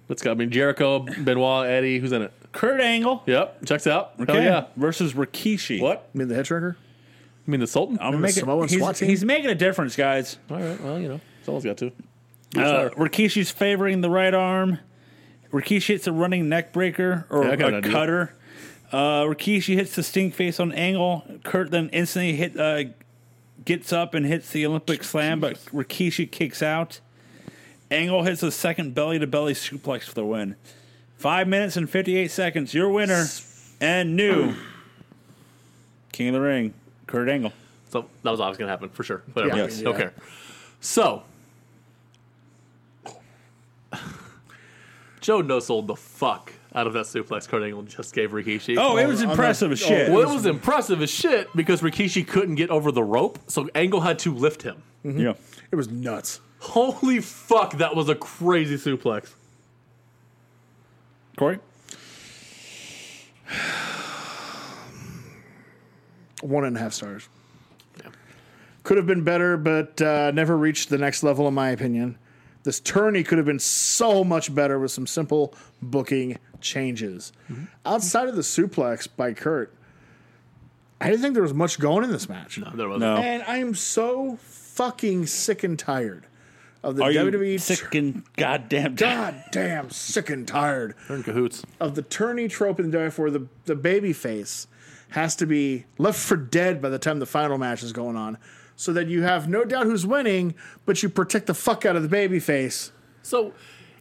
Let's go. I mean Jericho, Benoit, Eddie. Who's in it?
Kurt Angle.
Yep. Checks out. Oh
okay,
yeah.
Versus Rikishi.
What?
I mean, the head shrinker?
You mean the Sultan?
I'm making,
Samoan SWAT
he's,
team?
he's making a difference, guys.
All right. Well, you know, someone's got to.
Uh, Rikishi's favoring the right arm. Rikishi hits a running neck breaker or
Yeah, I got an
a
idea.
cutter. Uh, Rikishi hits the stink face on Angle. Kurt then instantly hit, uh, gets up and hits the Olympic slam, but Rikishi kicks out. Angle hits a second belly to belly suplex for the win. Five minutes and 58 seconds. Your winner and new King of the Ring, Kurt Angle.
So that was obviously gonna happen for sure. Whatever.
Yeah.
Yes.
Don't
Yeah.
care. So Joe no sold the fuck out of that suplex Kurt Angle just gave Rikishi.
Oh, it was
I'm
impressive
not-
as shit.
oh,
well, it was impressive as shit because Rikishi couldn't get over the rope, so Angle had to lift him.
yeah.
It was nuts.
Holy fuck, that was a crazy suplex.
Corey?
One and a half stars. Could have been better, but uh, never reached the next level, in my opinion. This tourney could have been so much better with some simple booking changes.
Mm-hmm.
Outside of the suplex by Kurt, I didn't think there was much going in this match.
There was
No.
And I'm so fucking sick and tired of the E
Are you
WWE.
sick and goddamn
God damn, sick and tired
They're in cahoots.
of the tourney trope in WWE where the, the baby face has to be left for dead by the time the final match is going on. So that you have no doubt who's winning, but you protect the fuck out of the baby face.
So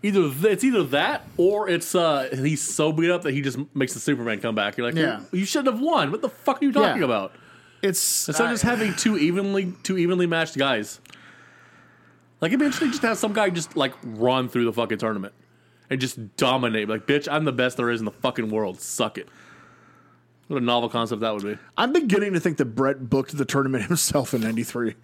either th- it's either that or it's uh he's so beat up that he just makes the Superman come back. You're like,
Yeah.
"Well, you shouldn't have won. What the fuck are you talking
Yeah.
about?
It's
Instead of just having two evenly two evenly matched guys. Like it'd be interesting just to have some guy just like run through the fucking tournament and just dominate. Like, bitch, I'm the best there is in the fucking world. Suck it. What a novel concept that would be.
I'm beginning to think that Brett booked the tournament himself in '93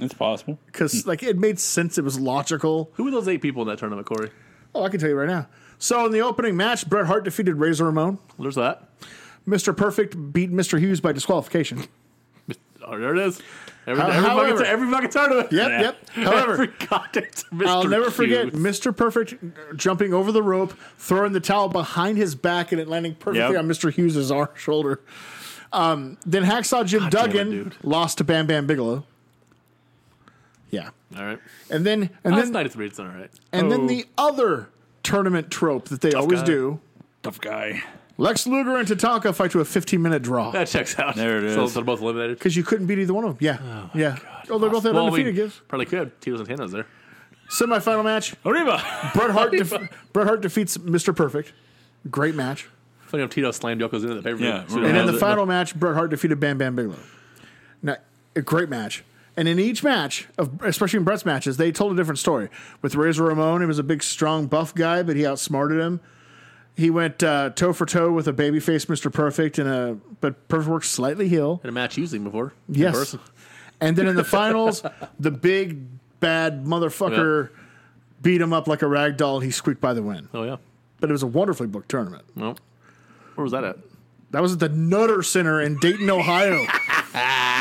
It's possible.
because like it made sense. It was logical.
Who were those eight people in that tournament, Corey?
Oh, I can tell you right now. So in the opening match, Bret Hart defeated Razor Ramon.
Well, there's that.
Mr. Perfect beat Mr. Hughes by disqualification.
Oh, there it is. Every,
How-
every,
however-
fucking, every fucking tournament.
Yep,
Yeah.
yep. However,
every goddamn Mr.
I'll never forget
Hughes.
Mr. Perfect jumping over the rope, throwing the towel behind his back, and it landing perfectly
Yep.
on Mr. Hughes' arm shoulder. Um, then Hacksaw Jim
damn it,
Duggan
dude.
lost to Bam Bam Bigelow. Yeah,
All right.
and then and
That's
then
93. It's all right.
and then the other tournament trope that they always
guy.
do.
Tough guy.
Lex Luger and Tatanka fight to a 15 minute draw
That checks out.
There it
So
is.
they're both eliminated.
because you couldn't beat either one of them. Yeah, yeah. Oh, they're both had
Well,
undefeated
we
gives.
probably could. Tito Santana's there.
Semifinal match:
Arriba!
Bret Hart, def- Bret Hart defeats Mr. Perfect. Great match.
Funny enough, Tito slammed Yoko's into the paper.
Yeah,
So
right.
And
Yeah,
in the,
the-
final match, Bret Hart defeated Bam Bam Bigelow. Now, a great match. And in each match, of, especially in Bret's matches, they told a different story. With Razor Ramon, he was a big, strong, buff guy, but he outsmarted him. He went uh, toe for toe with a babyface Mr. Perfect, and a but Perfect worked slightly heel.
had a match using before. in
Yes.
person.
And then in the finals, the big bad motherfucker beat him up like a rag doll, and he squeaked by the win.
Oh, yeah.
But it was a wonderfully booked tournament.
Well, where was that at?
That was at the Nutter Center in Dayton, Ohio.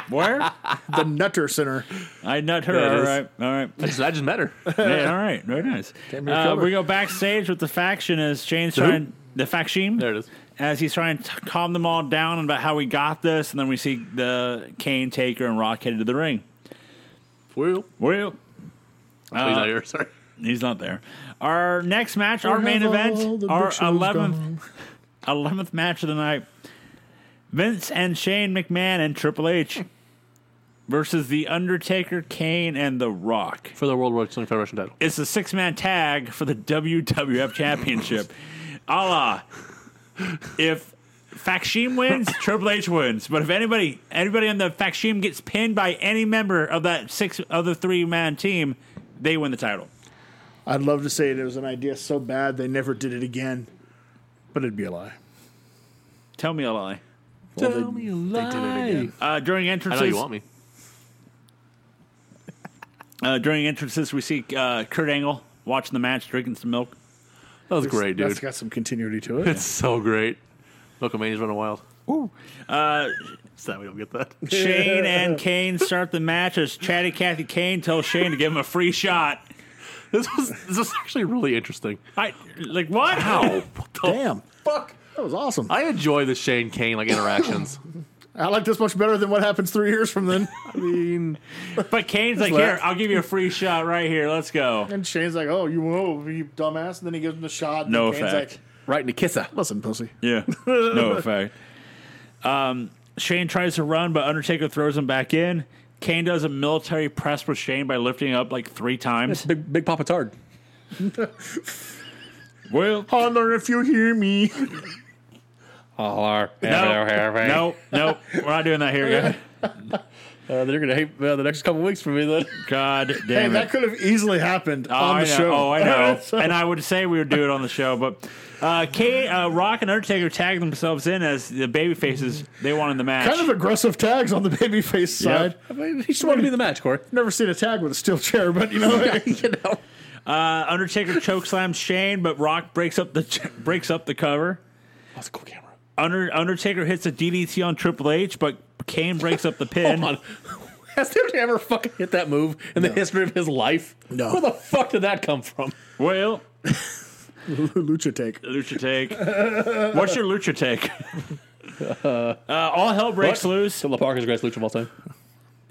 Where?
the Nutter Center.
I nut her.
There it
All
is.
right. All right.
I just, I just met her.
Yeah, all right. Very nice.
near
Uh,
cover.
we go backstage with the faction as Shane's trying the faction.
There it is.
As he's trying to calm them all down about how we got this, and then we see the Kane, Taker, and Rock headed to the ring.
For real.
Well,
Oh, he's not here. Sorry.
he's not there. Our next match, our main
Wherever all
event,
the
our
big shows
eleventh
gone.
eleventh match of the night. Vince and Shane McMahon and Triple H versus the Undertaker, Kane, and The Rock.
For the World Wrestling Federation title.
It's a six man tag for the WWF Championship. a la, if Fakshim wins, Triple H wins. But if anybody anybody on the Fakshim gets pinned by any member of that six other three man team, they win the title.
I'd love to say it was an idea so bad they never did it again, but it'd be a lie.
Tell me a lie.
Well, they-
Tell me a
they did it
lie.
again.
Uh, during
I
entrances,
know you want me.
Uh, during entrances, we see uh, Kurt Angle watching the match, drinking some milk.
That was great, dude.
That's got some continuity to it.
It's so great. Locomania's running wild.
Uh,
Sad we don't get that.
Shane and Kane start the match as Chatty Cathy Kane tells Shane to give him a free shot.
This was this was actually really interesting.
I like what?
Ow. What the
Damn,
fuck?
that was awesome. I,
I enjoy the Shane Kane like interactions.
like this much better than what happens three years from then.
I mean,
But Kane's like,
left.
here, I'll give you a free shot right here. Let's go.
and Shane's like, "Oh, you whoa, you dumbass," and then he gives him the shot. and
No
Kane's
effect.
Like,
right in the kisser.
Listen, pussy.
Yeah. No effect. Um, Shane tries to run, but Undertaker throws him back in. Kane does a military press with Shane by lifting up like three times.
Big, big Papa Tard.
Well,
Holler if you hear me.
Oh,
Holler.
no, no, no, we're not doing that here, guys.
Uh, they're going to hate uh, the next couple weeks for me then.
God
Hey,
damn it.
that could have easily happened
Oh,
on
I
the
know.
show.
Oh, I know.
So-
and I would say we would do it on the show, but uh, Kane, uh, Rock, and Undertaker tagged themselves in as the baby faces they wanted the match.
kind of aggressive tags on the babyface side.
I mean, he just wanted to be in the match, Corey.
Never seen a tag with a steel chair, but you know,
you know.
Uh, Undertaker chokeslams Shane, but Rock breaks up the breaks up the cover.
That's a cool camera.
Under, Undertaker hits a DDT on Triple H, but Kane breaks up the pin.
Come on. Has Timothy ever fucking hit that move in the history of his life?
No.
Where the fuck did that come from?
Well,
Lucha take.
lucha take. What's your lucha take? Uh, all hell breaks loose.
To La Parker's greatest lucha of all time.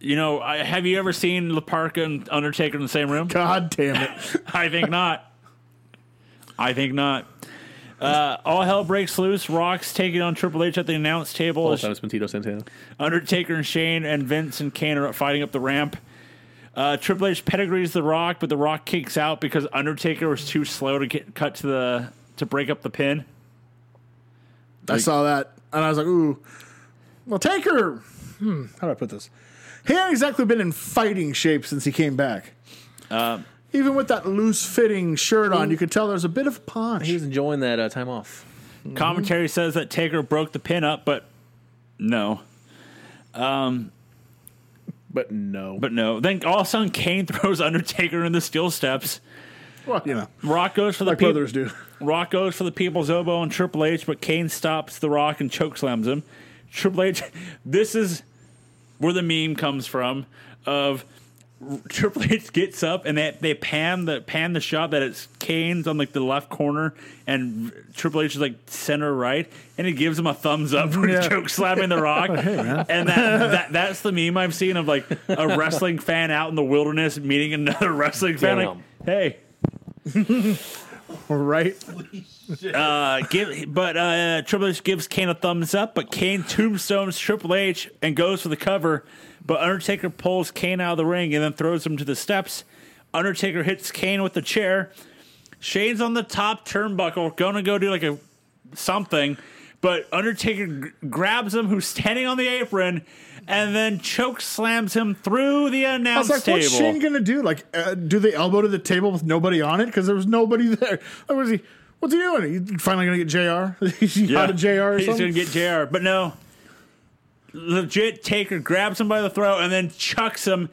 You know, I, have you ever seen Laparca and Undertaker in the same room?
God damn it.
I think not. I think not. Uh, all hell breaks loose. Rock's taking on Triple H at the announce table.
All the time it's been Tito Santana.
Undertaker and Shane and Vince and Kane are fighting up the ramp. Uh, Triple H pedigrees the Rock, but the Rock kicks out because Undertaker was too slow to get cut to the to break up the pin.
I saw that and I was like, ooh. Well, Taker. Hmm. How do I put this? He hadn't exactly been in fighting shape since he came back. Um, Even with that loose fitting shirt on, you could tell there's a bit of a punch.
He was enjoying that uh, time off.
Mm-hmm.
Commentary says that Taker broke the pin up, but no, Um,
But no.
but no. Then all of a sudden, Kane throws Undertaker in the steel steps.
well, you know,
Rock goes for the
like
peop-
brothers do.
Rock goes for the people's elbow on Triple H, but Kane stops the Rock and chokeslams him. Triple H, this is where the meme comes from of Triple H gets up and they, they pan the pan the shot that it's Kane's on like the left corner and Triple H is like center right and he gives him a thumbs up for
Yeah.
choke slamming the Rock and that, that that's the meme I've seen of like a wrestling fan out in the wilderness meeting another wrestling fan like
Damn.
hey
Right?
Uh, give, but uh, Triple H gives Kane a thumbs up, but Kane tombstones Triple H and goes for the cover. But Undertaker pulls Kane out of the ring and then throws him to the steps. Undertaker hits Kane with the chair. Shane's on the top turnbuckle, gonna go do like a something, but Undertaker g- grabs him, who's standing on the apron, and then choke slams him through the
I was
announce
like, what's Shane
table.
gonna do? Like, uh, do they elbow to the table with nobody on it? Because there was nobody there. Like, what is he? What's he doing? You finally gonna get Jr. you got a Jr. Or
He's gonna
something?
get Jr. But no, legit Taker grabs him by the throat and then chucks him.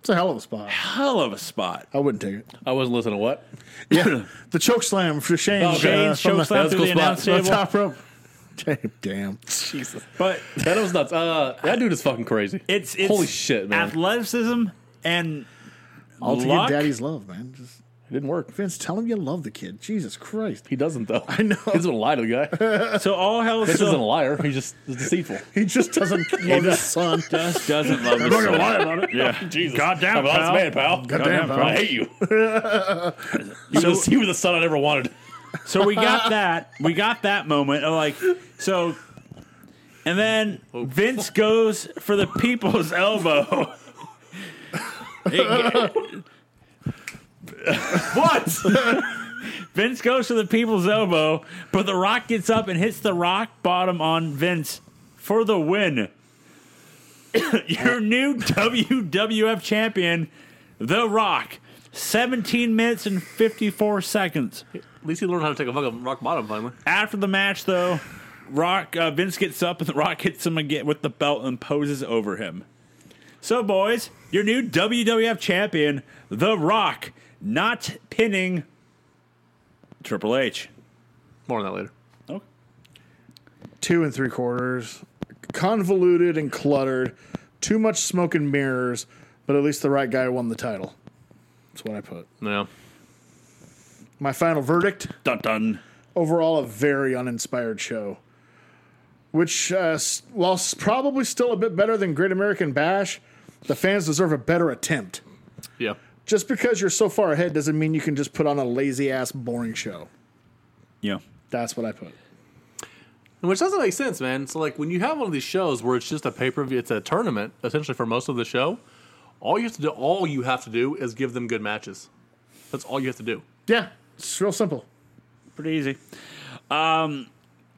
it's a hell of a spot.
Hell of a spot.
I wouldn't take it.
I wasn't listening to what?
Yeah, the choke slam for Shane. uh,
Oh, Shane's
from
choke
the-
slam
that's a
through
cool
the
spot.
announce
the
table.
top rope. Damn.
Jesus.
But
That was nuts. Uh, that dude is fucking crazy.
it's, it's
Holy shit, man.
Athleticism and
All to
Luck?
get daddy's love, man. Just
it didn't work.
Vince, tell him you love the kid. Jesus Christ.
He doesn't, though. I
know.
He doesn't lie to the guy.
so all hell
This isn't a
so,
liar. He's just he's deceitful.
He just doesn't love his son.
does, doesn't love his son.
about it.
Yeah.
Jesus.
Goddamn,
I'm an honest
pal.
man, pal.
Goddamn,
I
pal.
hate you. you, were the, you were the son I never wanted.
So we got that. We got that moment of like so and then Vince goes for the people's elbow. It- what? Vince goes for the people's elbow, but The Rock gets up and hits the rock bottom on Vince for the win. Your new WWF champion, The Rock, 17 minutes and 54 seconds.
At least he learned how to take a fucking rock bottom finally.
After the match, though, Rock uh, Vince gets up and the Rock hits him again with the belt and poses over him. So, boys, your new WWF champion, The Rock, not pinning Triple H.
More on that later.
two and three quarters, convoluted and cluttered, too much smoke and mirrors, but at least the right guy won the title. That's what I put.
Yeah.
My final verdict
Dun dun.
overall, a very uninspired show, which, uh, s- while s- probably still a bit better than Great American Bash, the fans deserve a better attempt.
Yeah.
Just because you're so far ahead doesn't mean you can just put on a lazy ass, boring show.
Yeah.
That's what I put.
Which doesn't make sense, man. So like when you have one of these shows where it's just a pay per view, it's a tournament essentially for most of the show. All you have to do, all you have to do, is give them good matches. That's all you have to do.
Yeah, it's real simple.
Pretty easy. Um,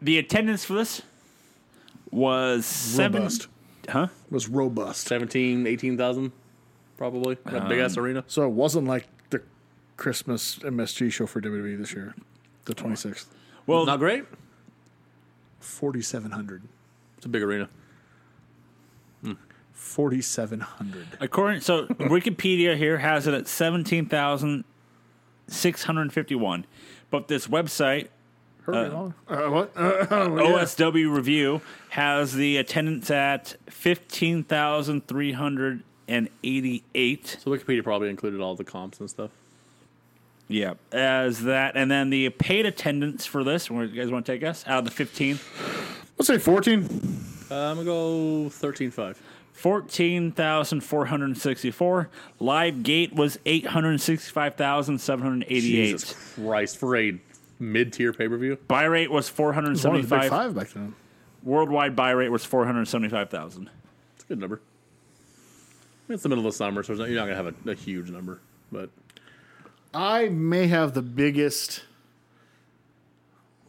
the attendance for this was seven.
Robust.
Huh?
It was robust.
17, 18,000, probably. That
Um,
big ass arena.
So it wasn't like the Christmas MSG show for WWE this year, the 26th.
Well,
Not great.
4,700.
It's a big arena.
4,700.
Uh, According so Wikipedia here has it at seventeen thousand 651. But this website,
Hurry along. Uh, what?
OSW Review, has the attendance at 15,388.
So Wikipedia probably included all the comps and stuff.
Yeah, as that. And then the paid attendance for this, where you guys want to take us out of the 15,
Let's say 14.
Uh, I'm gonna go thirteen five.
14,464. Live gate was 865,788.
Jesus Christ for a mid tier pay per view.
Buy rate was
It's one of the big
475.
five back then.
Worldwide buy rate was 475,000.
It's a good number. I mean, It's the middle of the summer, so it's not- you're not gonna have a, a huge number, but
I may have the biggest.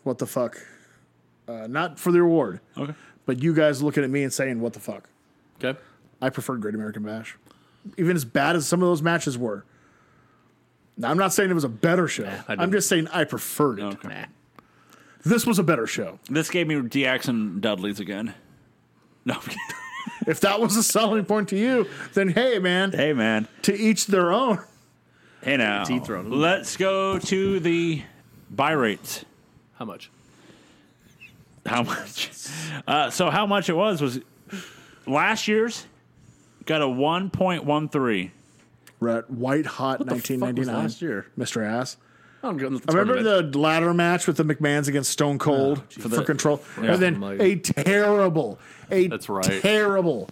What the fuck? Uh, not for the award,
Okay.
but you guys looking at me and saying, what the fuck?
okay.
I preferred Great American Bash. Even as bad as some of those matches were. Now, I'm not saying it was a better show. I'm
didn't-
just saying I preferred it.
Okay.
This was a better show.
This gave me DX and Dudley's again. No. I'm kidding.
If that was a selling point to you, then hey, man,
hey, man.
to each their own.
Hey, now.
Dethrone.
Let's go to the buy rates.
How much?
How much? Uh, so, how much it was was last year's got a 1.13.
We're at White Hot
the fuck was
1999.
last year?
Mr. Ass.
I don't get
I remember the ladder match with the McMahons against Stone Cold for,
the-
control,
Yeah.
and then
Almighty.
a terrible, a
That's right.
terrible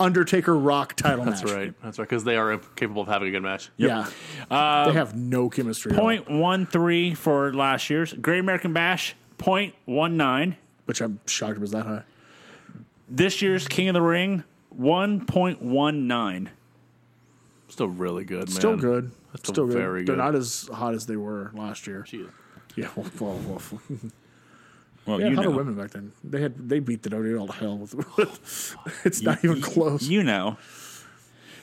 Undertaker Rock title
That's
match.
right. That's right. Because they are capable of having a good match.
Yeah, they have no chemistry. at all,
0.13 for last year's. Great American Bash, 0.19.
which I'm shocked it was that high.
This year's King of the Ring, 1.19.
Still really good, man.
Still good.
That's
Still good.
very
They're
good.
not as hot as they were last year.
Jeez.
Yeah, well, well, well.
Well,
Yeah,
you
how do
know.
women back then? They had they beat the WWE all to hell. With, it's not even close.
You know.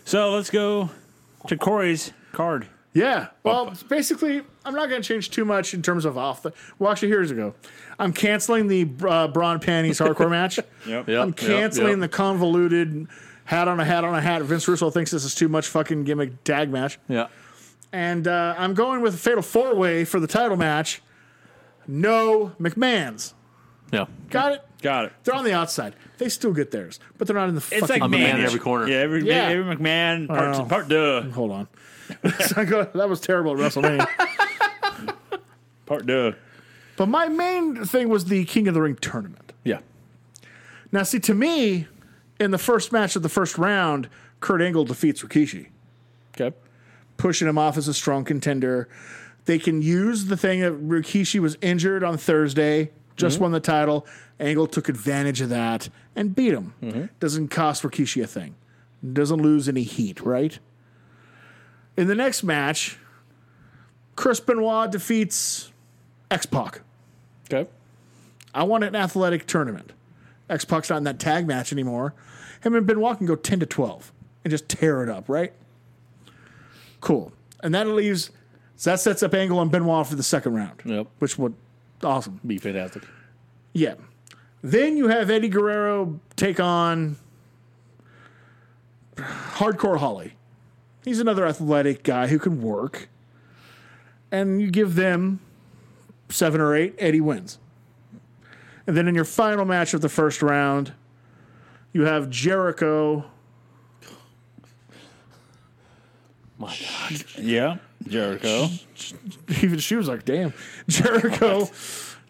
So let's go to Corey's card.
Yeah. Well, basically, I'm not going to change too much in terms of off the. Well, actually, here's a go. I'm canceling the uh, Braun Panties hardcore match.
Yep.
I'm canceling the convoluted hat on a hat on a hat. Vince Russo thinks this is too much fucking gimmick tag match.
Yeah.
And uh, I'm going with a fatal four way for the title match. No McMahon's.
Yeah.
Got it?
Got it.
They're on the outside. They still get theirs, but they're not in the
It's
fucking
like
man
Manish.
in every corner.
Yeah, every,
Yeah.
every McMahon part,
Wow.
part duh.
Hold on. So I go- that was terrible at WrestleMania.
Part duh.
but my main thing was the King of the Ring tournament.
yeah.
Now, see, to me, in the first match of the first round, Kurt Angle defeats Rikishi,
Okay.
pushing him off as a strong contender. They can use the thing that Rikishi was injured on Thursday, just
Mm-hmm.
won the title. Angle took advantage of that and beat him.
Mm-hmm.
Doesn't cost Rikishi a thing, doesn't lose any heat, right? In the next match, Chris Benoit defeats X Pac.
Okay.
I want an athletic tournament. X Pac's not in that tag match anymore. Him and Benoit can go 10 to 12 and just tear it up, right? Cool. And that leaves, so that sets up Angle and Benoit for the second round,
Yep.
which would, awesome.
Be fantastic.
Yeah. Then you have Eddie Guerrero take on Hardcore Holly. He's another athletic guy who can work. And you give them seven or eight, Eddie wins. And then in your final match of the first round, you have Jericho.
Yeah. Jericho.
Even she was like, damn. Jericho.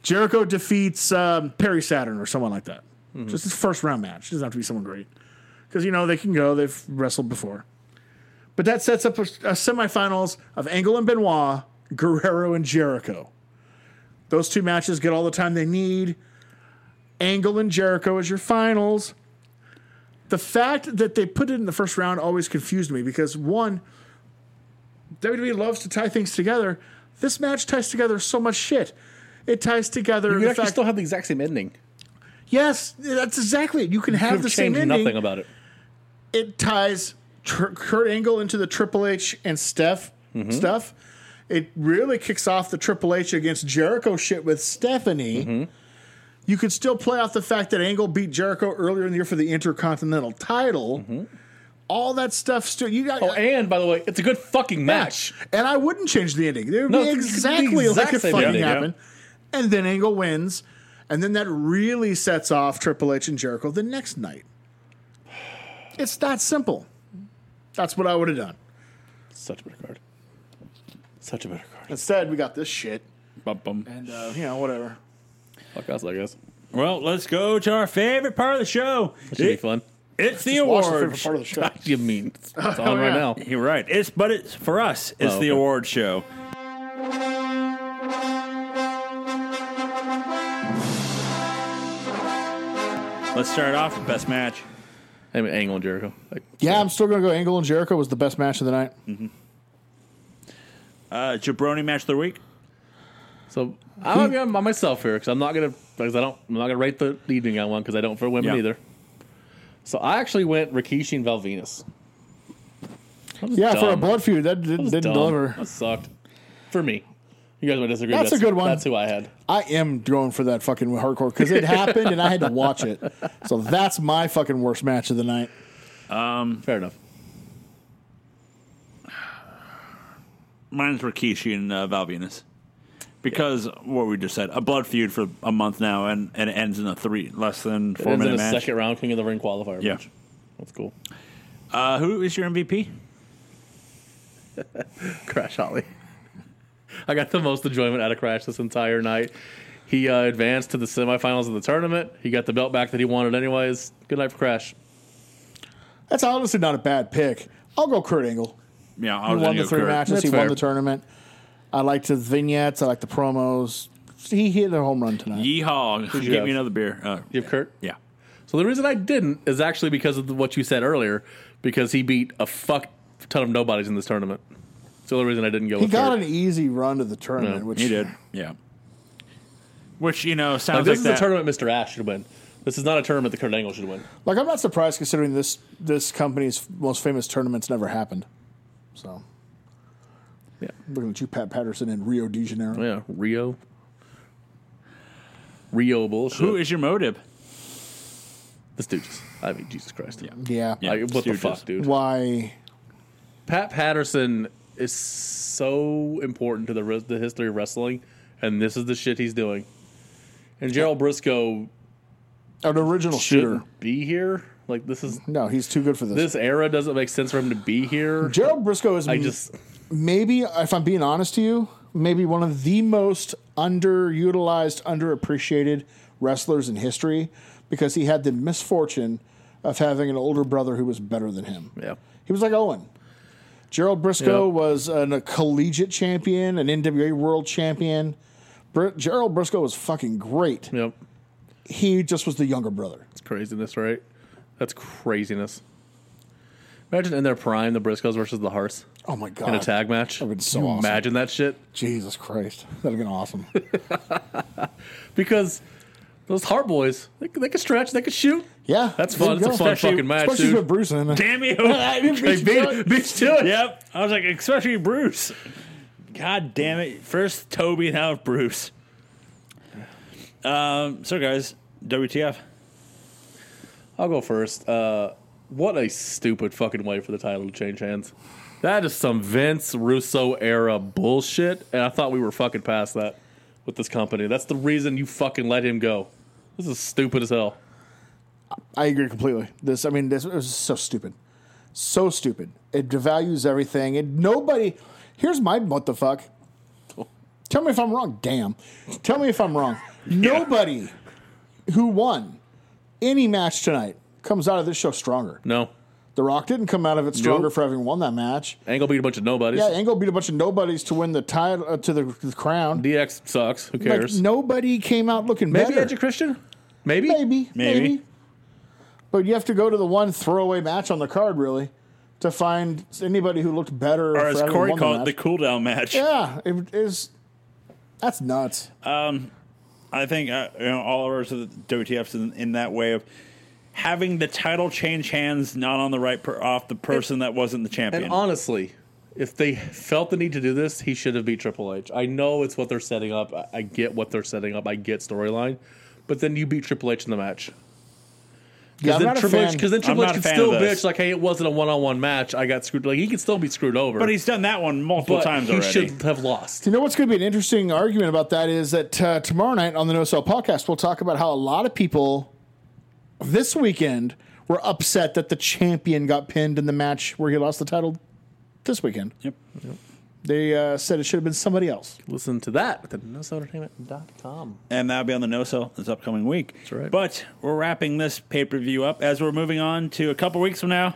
Jericho defeats um, Perry Saturn or someone like that.
Mm-hmm.
Just his first round match. Doesn't have to be someone great. Because, you know, they can go. They've wrestled before. But that sets up a, a semifinals of Angle and Benoit, Guerrero and Jericho. Those two matches get all the time they need. Angle and Jericho is your finals. The fact that they put it in the first round always confused me because, one, WWE loves to tie things together. This match ties together so much shit. It ties together.
You
the
actually
fact-
still have the exact same ending.
Yes, that's exactly it. You can have
Could
the
have
same
changed
ending.
nothing about it.
It ties Tr- Kurt Angle into the Triple H and Steph stuff. It really kicks off the Triple H against Jericho shit with Stephanie. You could still play off the fact that Angle beat Jericho earlier in the year for the Intercontinental title. All that stuff still you got
Oh, and by the way, it's a good fucking match.
and I wouldn't change the ending. It would
No,
be
it's- it's the
exactly
exact
like it
same
fucking
ending, yeah.
happened. And then Angle wins, and then that really sets off Triple H and Jericho the next night. It's that simple. That's what I would have done.
Such a better card. Such a better card.
Instead, we got this shit,
Bum, bum.
and uh, you know whatever.
Fuck us, I guess.
Well, let's go to our favorite part of the show.
That should be
It-
fun.
It's the
Just watch the favorite
awards.
part of the show.
You mean it's it's on right
Oh, yeah.
now?
You're right. It's but it's for us. It's
Oh,
the
okay.
award show. Let's start off with best match.
I mean, Angle and Jericho. Like,
Yeah, I'm still gonna go. Angle and Jericho was the best match of the night.
Mm-hmm.
Uh, jabroni match of the week.
so I'm gonna be on by myself here because I'm not gonna because I don't I'm not gonna rate the evening on one because I don't for women
Yeah.
either. So I actually went Rikishi and Val Venus. That was
Yeah, for a
dumb.
blood feud, that
That
did,
was
didn't
dumb.
deliver.
That sucked for me. You guys might disagree.
That's a good one.
That's who I had.
I am going for that fucking hardcore because it happened and I had to watch it. So that's my fucking worst match of the night.
Fair enough.
Mine's Rikishi and uh, Val Venus. Because what we just said, a blood feud for a month now, and, and it ends in a three less than
It
four
ends in
minute
a
match.
second round King of the Ring qualifier.
Yeah.
match. that's cool.
Uh, who is your MVP?
Crash Holly. I got the most enjoyment out of Crash this entire night. He uh, advanced to the semifinals of the tournament. He got the belt back that he wanted, anyways. Good night for Crash.
That's honestly not a bad pick. I'll go Kurt Angle.
Yeah, I
He
was
won
gonna
the
go
three
Kurt.
matches. he
That's
won
fair.
the tournament. I liked his vignettes. I liked the promos. He hit a home run tonight.
Yeehaw!
you
Give
have?
me another beer. Uh,
You have Kurt?
yeah,
So the reason I didn't is actually because of what you said earlier, because he beat a fuck ton of nobodies in this tournament. It's the only reason I didn't go
He
with
got
Kurt.
an easy run to the tournament, which
he did. Yeah. Which you know
Like,
sounds
this
like,
is
that.
a tournament Mr. Ash should win. This is not a tournament that Kurt Angle should win.
Like I'm not surprised considering this this company's most famous tournaments never happened. So
Yeah.
looking at you, Pat Patterson in Rio de Janeiro.
Oh, Yeah, Rio. Rio bullshit.
Who is your motive?
the Stooges? I mean, Jesus Christ. Yeah.
Yeah.
Yeah.
Like, what the
Stooges.
fuck, dude?
Why?
Pat Patterson is so important to the res- the history of wrestling, and this is the shit he's doing. And Gerald Briscoe
An original shooter.
shouldn't be here. Like this is
No, he's too good for this.
this era doesn't make sense for him to be here.
Gerald Briscoe is
I just
maybe, if I'm being honest to you, maybe one of the most underutilized, underappreciated wrestlers in history because he had the misfortune of having an older brother who was better than him.
yeah.
He was like Owen. Gerald Briscoe
Yep.
was an, a collegiate champion, an NWA world champion. Br- Gerald Briscoe was fucking great.
Yep.
He just was the younger brother.
It's craziness, right? That's craziness. Imagine in their prime the Briscoes versus the Hearts
Oh my god!
in a tag match.
would've been so
Can you
awesome.
Imagine that shit.
Jesus Christ, that'd have been awesome.
Because those Heart boys, they, they could stretch, they could shoot.
Yeah,
That's
there
fun. It's
you
a
go.
fun
Especially-
fucking match,
Especially
dude.
with Bruce in it.
Damn you!
I didn't
Hey,
beat you, Joey.
beat, beat to it.
yep. I was like, especially Bruce. God damn it! First Toby, now Bruce. Um. So guys, WTF?
I'll go first. Uh, what a stupid fucking way for the title to change hands. That is some Vince Russo era bullshit, and I thought we were fucking past that with this company. That's the reason you fucking let him go. This is stupid as hell.
I agree completely. This, I mean, this was so stupid, so stupid. It devalues everything. And nobody. Here's my what the fuck. Tell me if I'm wrong. Damn. Tell me if I'm wrong. Nobody who won any match tonight comes out of this show stronger.
No,
The Rock didn't come out of it stronger
Nope.
for having won that match.
Angle beat a bunch of nobodies.
Yeah, Angle beat a bunch of nobodies to win the title uh, to the, the crown.
DX sucks. Who
Like,
cares?
nobody came out looking
Maybe
better.
Edge and Christian. Maybe.
Maybe, maybe.
Maybe.
But you have to go to the one throwaway match on the card, really, to find anybody who looked better.
Or
for
as
having
Corey
won
called it, the
match.
cooldown match.
yeah, it is. That's nuts.
I think uh, you know, all of ours are the WTFs in, in that way of having the title change hands not on the right per, off the person that wasn't the
And
champion.
honestly, if they felt the need to do this, he should have beat Triple H. I know it's what they're setting up. I- I get what they're setting up. I get storyline. But then you beat Triple H in the match.
Yeah, I'm
then
not a
Triple H,
fan.
because then Triple H
not a
could
fan
still
of this.
bitch like, "Hey, it wasn't a one-on-one match. I got screwed." Like he could still be screwed over,
But he's done that one multiple
but
times
he
already.
should have lost.
You know what's going to be an interesting argument about that is that uh, tomorrow night on the No Cell podcast, we'll talk about how a lot of people this weekend were upset that the champion got pinned in the match where he lost the title this weekend.
Yep.
They uh, said it should have been somebody else.
Listen to that at the NoSoEntertainment.com.
And that'll be on the no sell this upcoming week. That's
right.
But we're wrapping this pay per view up as we're moving on to a couple weeks from now.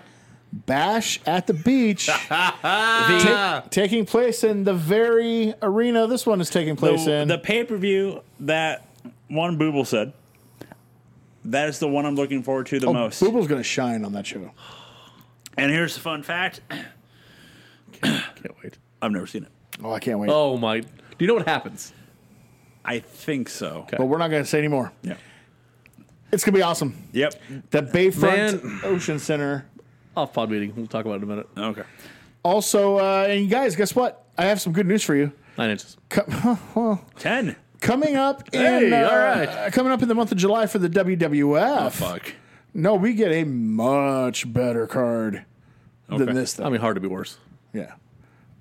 Bash at the beach ta-
uh,
taking place in the very arena this one is taking place
the,
in.
the pay per view that one Booble said. That is the one I'm looking forward to the
oh,
most.
Booble's going to shine on that show.
And here's the fun fact:
Can't wait.
I've never seen it.
Oh, I can't wait.
Oh my! Do you know what happens?
I think so.
But we're not going to say anymore.
Yeah.
It's going to be awesome.
Yep.
The Bayfront Ocean Center.
Off pod meeting. We'll talk about it in a minute.
Okay.
Also, uh, and you guys, guess what? I have some good news for you.
Nine inches.
Ten.
Coming up in
Hey,
uh,
all right. Oh,
coming up in the month of July for the WWF.
Ah, Fuck.
No, we get a much better card
Okay.
than this thing.
I mean, hard to be worse.
yeah.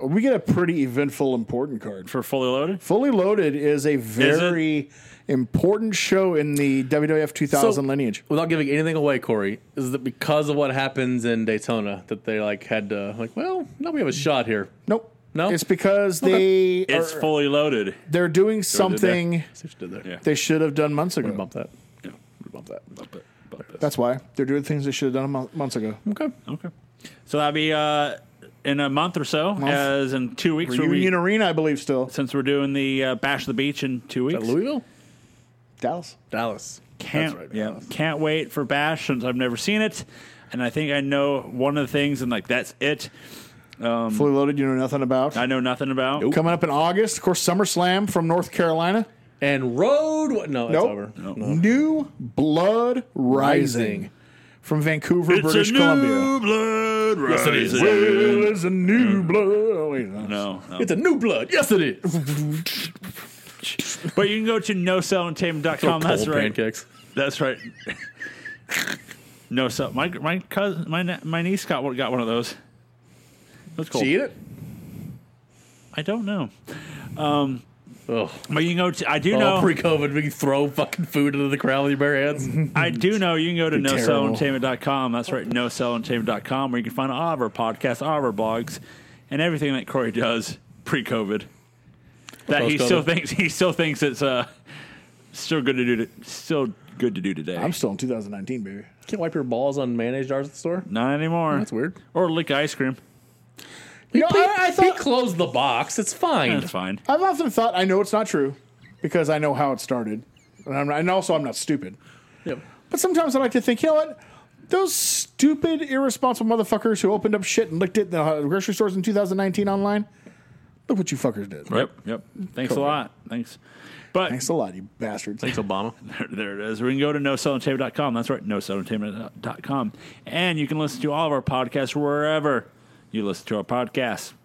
We get a pretty eventful, important card.
For fully loaded.
Fully Loaded is a very important show in the WWF 2000
So-
lineage.
Without giving anything away, Corey, is that because of what happens in Daytona that they like had to like, well, no, we have a shot here.
Nope.
No?
It's because they
It's
are,
fully loaded.
they're doing something
See what you did there.
Yeah.
they should have done months ago.
Bump that.
Yeah.
Bump that.
That's why they're doing things they should have done a month, months ago.
Okay.
Okay. So that'll be uh, in a month or so, as in two weeks. when we-
Union Arena, I believe, still
since we're doing the uh, Bash the Beach in two weeks.
At Louisville?
Dallas.
Dallas.
Can't,
That's right.
yeah, can't wait for Bash since I've never seen it. And I think I know one of the things, and like that's it.
Um, Fully loaded, you know nothing about.
I know nothing about.
Coming up in August, of course, SummerSlam from North Carolina.
And Road. wa- No, it's
Nope.
over. Mm-hmm.
New Blood Rising,
Rising.
from Vancouver,
It's
British
a new
Columbia.
blood rising.
There's a new blood. Oh, wait, no.
No, no.
It's a new blood. Yes, it is.
but you can go to nocellentertainment.com. That's
Cold
right.
pancakes.
That's right. no cell. My my cousin, my ne- my niece got one, got one of those. That's cool.
Did you eat it?
I don't know, Um,
Oh,
but you can go to. I do
oh
know.
pre-COVID, we throw fucking food into the crowd with your bare
Mm-hmm.
hands.
I do know you can go to
terrible.
nocellentertainment.com. That's right, nocellentertainment.com, where you can find all of our podcasts, all of our blogs, and everything that Corey does pre-COVID. That he
Post-COVID.
still thinks he still thinks it's uh still good to do. To, still good to do today.
I'm still in 2019, baby.
Can't wipe your balls on mayonnaise jars at the store.
Not anymore.
That's weird.
Or lick ice cream.
You know, I, I
he
thought
closed the box. It's fine.
That's fine.
I've often thought I know it's not true because I know how it started, and, I'm not, and also I'm not stupid.
Yep.
But sometimes I like to think, you know what? Those stupid, irresponsible motherfuckers who opened up shit and licked it in the grocery stores in 2019 online. Look what you fuckers did.
Yep. Yep. Thanks a lot. Thanks. But
Thanks a lot, you bastards.
Thanks, Obama.
There, there it is. We can go to nocellentertainment.com. That's right, nocellentertainment.com. And you can listen to all of our podcasts wherever you listen to our podcasts.